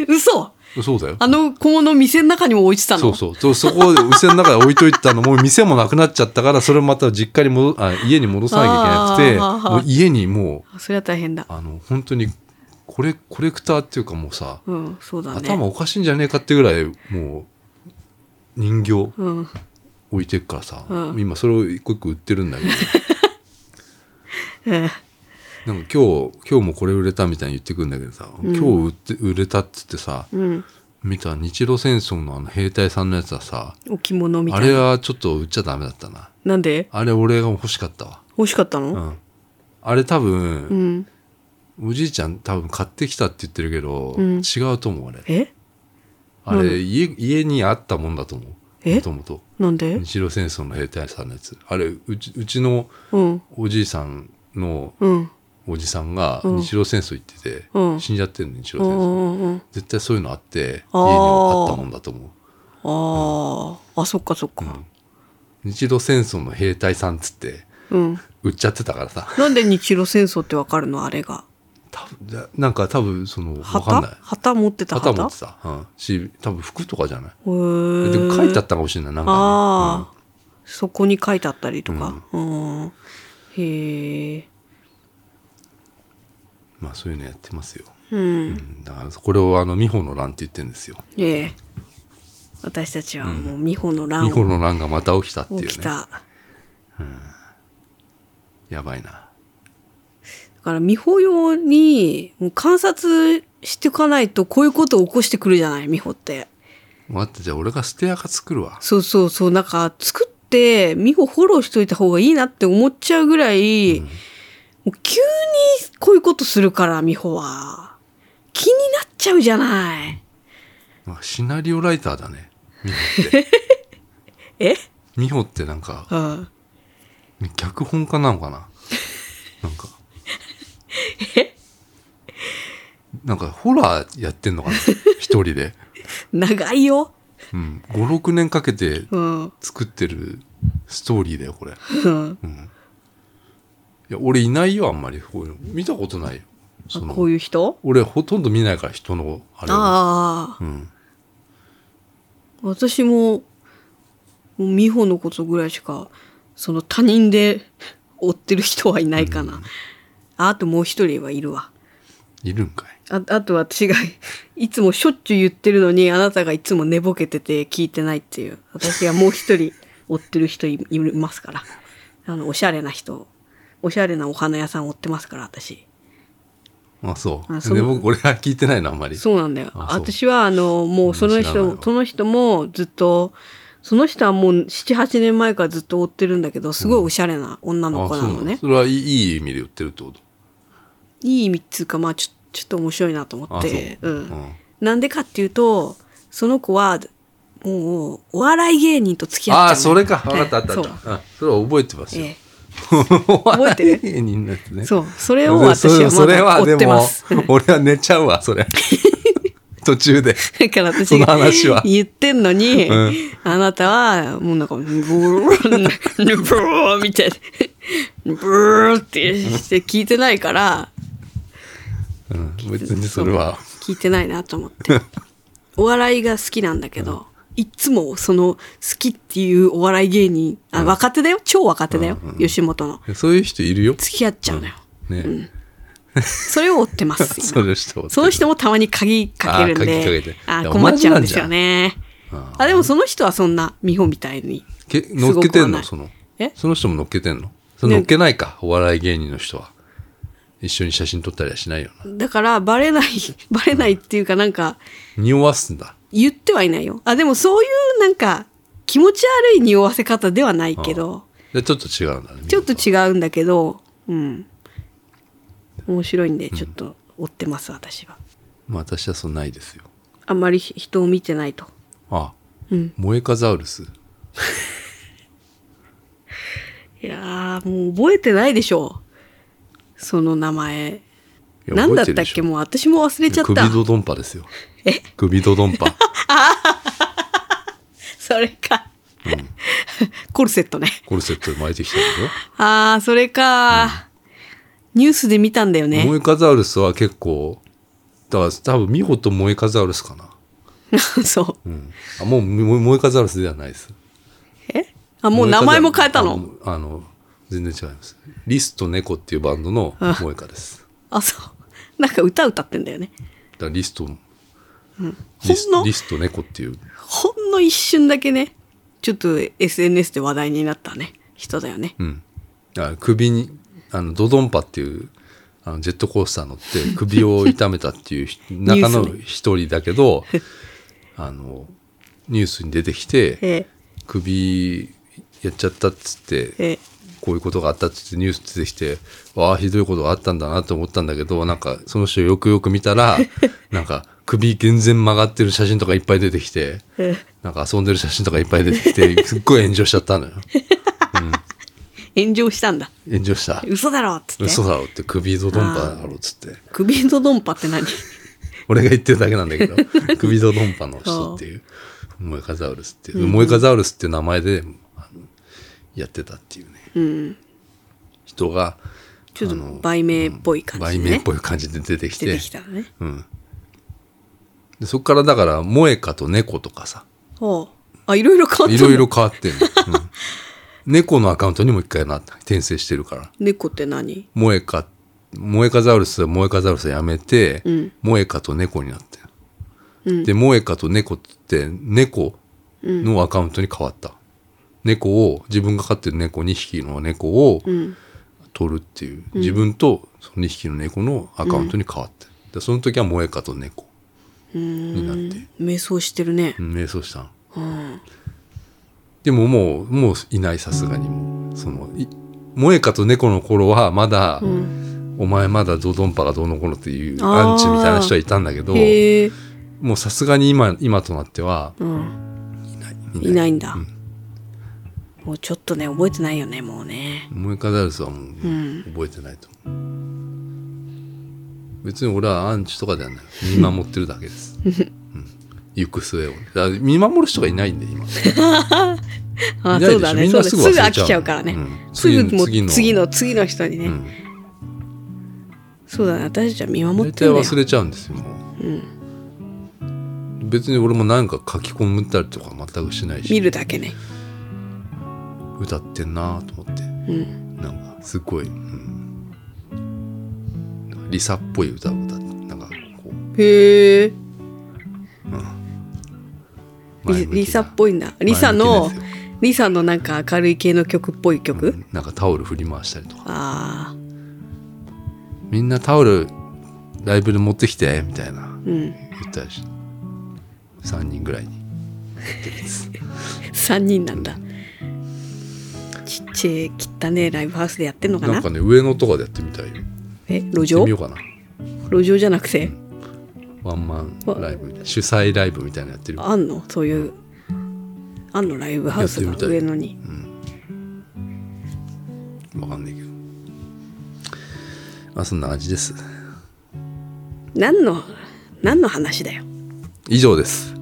S2: 嘘
S3: そうだよ
S2: あの子の店の中にも置いてたの
S3: そうそうそうそこを店の中で置いといたのもう店もなくなっちゃったからそれをまた実家に戻 あ家に戻さなきゃいけなくて
S2: あー
S3: もう家にも
S2: あそれは大変だ
S3: うあの本当にこれコレクターっていうかもうさ、
S2: うんそうだね
S3: 頭おかしいんじゃねえかってぐらいもう人形
S2: うん
S3: 置いてっからさ、
S2: うん
S3: 今それを一個一個売ってるんだけど
S2: え
S3: なんか今日今日もこれ売れたみたいに言ってくるんだけどさ、
S2: ん
S3: 今日売って売れたっつってさ
S2: えうん
S3: 見た日露戦争のあの兵隊さんのやつはさ
S2: 置物みた
S3: あ
S2: いな
S3: れはちょっと売っちゃダメだったな
S2: なんで
S3: あれ俺が欲しかったわ
S2: 欲しかった
S3: う
S2: の
S3: んあれ多
S2: う
S3: 分、
S2: ん
S3: おじいちゃん多分買ってきたって言ってるけど、
S2: うん
S3: 違うと思うあれ
S2: え
S3: あ
S2: なんで
S3: れ家家にあったもんだと思う
S2: え
S3: もともと
S2: なんで
S3: 日露戦争の兵隊さんのやつあれうちうちの
S2: うん
S3: おじいさんの
S2: うん
S3: おじさんが
S2: うん
S3: 日露戦争行ってて、
S2: うん
S3: 死んじゃってるの日露
S2: う
S3: 戦
S2: ん
S3: 争、
S2: うんうん
S3: 絶対そういうのあって
S2: あ
S3: 家
S2: ー
S3: にあったもんだと思う
S2: あああそっかそっか
S3: 日露戦争の兵隊さんっつって
S2: うん
S3: 売っちゃってたからさ
S2: なんで日露戦争ってわかるのあれが
S3: 多分じゃなんか多分そのわかんない
S2: 旗旗持ってた
S3: 旗
S2: 旗
S3: 持ってた、うん、し多分服とかじゃない
S2: へー
S3: でも書いてあったかもしれないなんかね、
S2: ああ、そこに書いてあったりとか。うん。へえ。
S3: うんまあそういうのやってますよ、
S2: う。
S3: うんん、だからこれをあの美穂の乱って言ってるんですよ
S2: ええ。私たちはもう美穂の
S3: 美
S2: 乱
S3: 穂の乱がまた起きたってい
S2: を
S3: う
S2: 起き
S3: ね
S2: た。
S3: やばいな
S2: だから美穂用にもう観察しておかないとこういうことを起こしてくるじゃない、美穂って。
S3: 待ってじゃあ俺がステアカ作 るわ
S2: そうそうそう。なんか作って美穂フォローしといた方がいいなって思っちゃうぐらい、もう急にこういうことするから、美穂は。気になっちゃうじゃない。
S3: まあシナリオライターだね美穂って
S2: え
S3: 美穂ってなんか
S2: うん。
S3: 脚本家なの かななんかなんかホラーやってんのかな一人で、
S2: 長いよ。
S3: うん、56年かけて
S2: うん。
S3: 作ってるストーリーだよこれ、
S2: うん
S3: うん、いや俺いないよあんまりこういうの見たことないよ
S2: あ
S3: その
S2: こういう人
S3: 俺ほとんど見ないから人のあれを
S2: ああ、
S3: うん、
S2: 私も、もう美穂のことぐらいしか、その他人で追ってる人はいないかな。ああともう一人はいるわ。
S3: いるんかい
S2: ああと私が、 いつもしょっちゅう言ってるのに、あなたがいつも寝ぼけてて聞いてないっていう。私はもう一人追ってる人いいますから。 あの、おしゃれな人。おしゃれなお花屋さん追ってますから、私。
S3: あそう
S2: あそう
S3: で僕俺は聞いてないのあんまり
S2: そうなんだよ。
S3: あそう
S2: 私は、あの、もうその
S3: 知らない
S2: 人
S3: わ、
S2: その人もずっと、その人はもう7、8年前からずっと追ってるんだけど、すごいおしゃれな女の
S3: あ
S2: 子
S3: そう
S2: な
S3: な
S2: の
S3: の
S2: ね。
S3: それはいいいい意味で言ってるってこと
S2: いい意味っつうか、まあちょ、ちょっと面白いなと思っ
S3: あ
S2: て。
S3: そうう、
S2: ん。なんでかっていうと、その子は、もう、お笑い芸人と付き合っちゃう
S3: あ
S2: の。
S3: あそれか分かったあったあ
S2: そ
S3: っ
S2: う
S3: た、うんそれは覚えてますよ、
S2: え
S3: 覚
S2: えてる
S3: 芸人になって
S2: え
S3: ね
S2: そう。そ
S3: そ
S2: れを私はまだ追ってます。
S3: でも 俺は寝ちゃうわそれ 途中で
S2: だから
S3: そ
S2: 私
S3: の
S2: が
S3: 話は
S2: 言ってんのに、
S3: うん
S2: あなたは、もうなんか、ブー、ブーみたいな、ブーってして聞いてないから、
S3: うん別にそれは
S2: 聞いてないなと思って。 お笑いが好きなんだけど、いっつもその好きっていうお笑い芸人、あ、若手だよ超若手だよ、吉本の。
S3: そういう人いるよ
S2: 付き合っちゃうのよ。
S3: ね、
S2: それを追って ます。今
S3: その人は
S2: その人もたまに鍵かけるん
S3: あー鍵かけ
S2: で
S3: て、
S2: あ
S3: い
S2: ー
S3: や
S2: 困っちゃうんですよね。
S3: あ
S2: あ、でもその人はそんな、美穂みたいに。
S3: け乗っけてん
S2: すごくはな
S3: の
S2: い
S3: その
S2: え
S3: その人も乗っけてんのそれ乗っけないかお笑い芸人の人は一緒に写真撮ったりはしないよな
S2: だから、バレない、バレないっていうかなんか、
S3: 匂わすんだ
S2: 言ってはいないよ。あ、でもそういうなんか、気持ち悪い匂わせ方ではないけど、
S3: でちょっと違うんだね
S2: ちょっと違うんだけど、うん。面白いんで、ちょっと追ってます、私は。
S3: まあ私はそうないですよ
S2: あんまり人を見てないと。
S3: あモエカザウルス
S2: いやー、もう覚えてないでしょう。その名前。
S3: いや
S2: なんだっ
S3: 覚えてる
S2: たっ
S3: でしょ
S2: けもう私も忘れちゃっ
S3: 首
S2: た。
S3: ドドンパですよ。首ドドンパ。
S2: それか。コルセットね。
S3: コルセットで巻いてきたんだよ。
S2: ああ、それか、ニュースで見たんだよね
S3: モ。エカザウルスは結構、だから多分、ミホとモエカザウルスかな。
S2: そうう。
S3: ん、あもうもうもう一回ザルスではないです
S2: えあ、もう名前も変えたの
S3: あのあの全然違いますリスと猫っていうバンドの萌えかです
S2: あ、そう。なんか歌歌ってんだよね。
S3: だからリスと、
S2: ほ
S3: リ
S2: ん
S3: ス
S2: の
S3: リスと猫っていう
S2: ほんの一瞬だけね、ちょっと SNS で話題になったね、人だよね。
S3: うん、あ首にあのドドンパっていうあのジェットコースタ ー乗って首を痛めたっていう
S2: ニュー
S3: 中
S2: ス
S3: の
S2: ね
S3: 一人だけどあのニュースに出てきて
S2: え
S3: 首やっちゃったっつっ
S2: ええ
S3: て
S2: え
S3: こういうことがあったっつってニュース出てきてわあひどいことがあったんだなと思ったんだけどなんかその人よくよく見 たらなんか首全然曲がってる写真とかいっぱい出てきて
S2: え
S3: なんか遊んでる写真とかいっぱい出てきてすっごい炎上しちゃったのよ
S2: 炎上したんだ。
S3: 炎 上した。
S2: 嘘だろっつって。
S3: 嘘だろって首ドドンパだろっつって
S2: 首のドンパって 何
S3: 俺が言ってるだけなん だけど首ドドンパの人っていうモエカザウルスっていう、モエカザウルスっていう名前であのやってたっていうね、人が
S2: ちょっと
S3: あの
S2: 売名っぽい感じ
S3: 売
S2: で、ね。
S3: 名っぽい感じで出てきて
S2: 出てきたのね。
S3: うん、でそこからだからモエカと猫とかさ
S2: ほう。あ、いろいろ変わった
S3: い
S2: んだ
S3: ろいろ変わってんの、うん猫のアカウントにも一回な転生してるから
S2: 猫って何
S3: モエカモエカザウルスはモエカザウルスやめて、
S2: ん
S3: モエカと猫になってる、でモエカと猫って猫のアカウントに変わった、猫を自分が飼ってる猫2匹の猫を
S2: うん。
S3: 取るっていう、自分とその2匹の猫のアカウントに変わってる、でその時はモエカと猫
S2: うー
S3: になっ
S2: ん。
S3: て
S2: 瞑想してるね
S3: う。ん瞑想したの
S2: うん。
S3: でももうもういないさすがにもうそのいモエカと猫の頃はまだ、
S2: うん、
S3: お前まだドドンパがどうのこうのっていう
S2: あー
S3: アンチみたいな人はいたんだけど
S2: へえ。
S3: もうさすがに今今となっては
S2: うん。
S3: いない
S2: いないんだ。
S3: うん
S2: もうちょっとね、覚えてないよね、もうね。
S3: モエカザウルスはもう、
S2: ん
S3: 覚えてないと思う別に俺はアンチとかではない見守ってるだ けです、うん、行く末をねだから見守る人がいないんで今
S2: あ
S3: いないでし
S2: そ
S3: ょ
S2: うだね。
S3: みん
S2: そう
S3: な
S2: だす
S3: すぐ
S2: ぐ
S3: 忘れちゃう
S2: 飽きちゃうからね。
S3: うん
S2: すぐもう
S3: 次
S2: 次
S3: の
S2: の
S3: 次
S2: 次
S3: の
S2: の人にね、
S3: うん
S2: そうだね。私たちは見守
S3: 大
S2: って
S3: 体
S2: るんだよ
S3: 忘。れちゃうんですよもう、別に俺も何か書き込むったりとか全くしないし
S2: 見るだけね。
S3: 歌ってんなと思って、なんかすごい、うん、なんかリサっぽい歌を歌ってなんかこう
S2: へえ。
S3: 前
S2: リ
S3: 向きな
S2: リサっぽいんだ。リサ
S3: 前
S2: の
S3: 向きで、
S2: リサのなんか明るい系の曲っぽい曲、
S3: うんなんかタオル振り回したりとか
S2: ああ。
S3: みんなタオルライブで持ってきてみたいな
S2: うん。
S3: 言ったりし3人ぐらいに言ってるんです
S2: 3人なんだ。ちっちゃい汚ねえライブハウスでやってんのかな
S3: なんかね上野とかでやってみたいよ
S2: え路
S3: やって
S2: 上
S3: みようかな
S2: 路上じゃなくて
S3: ワンマンライブ主催ライブみたいなのやってる
S2: あんのそういうあんのライブハウス
S3: や
S2: が
S3: ってみたい
S2: 上野に
S3: わかんないけどまあそんな感じです
S2: 何の何の話だよ
S3: 以上です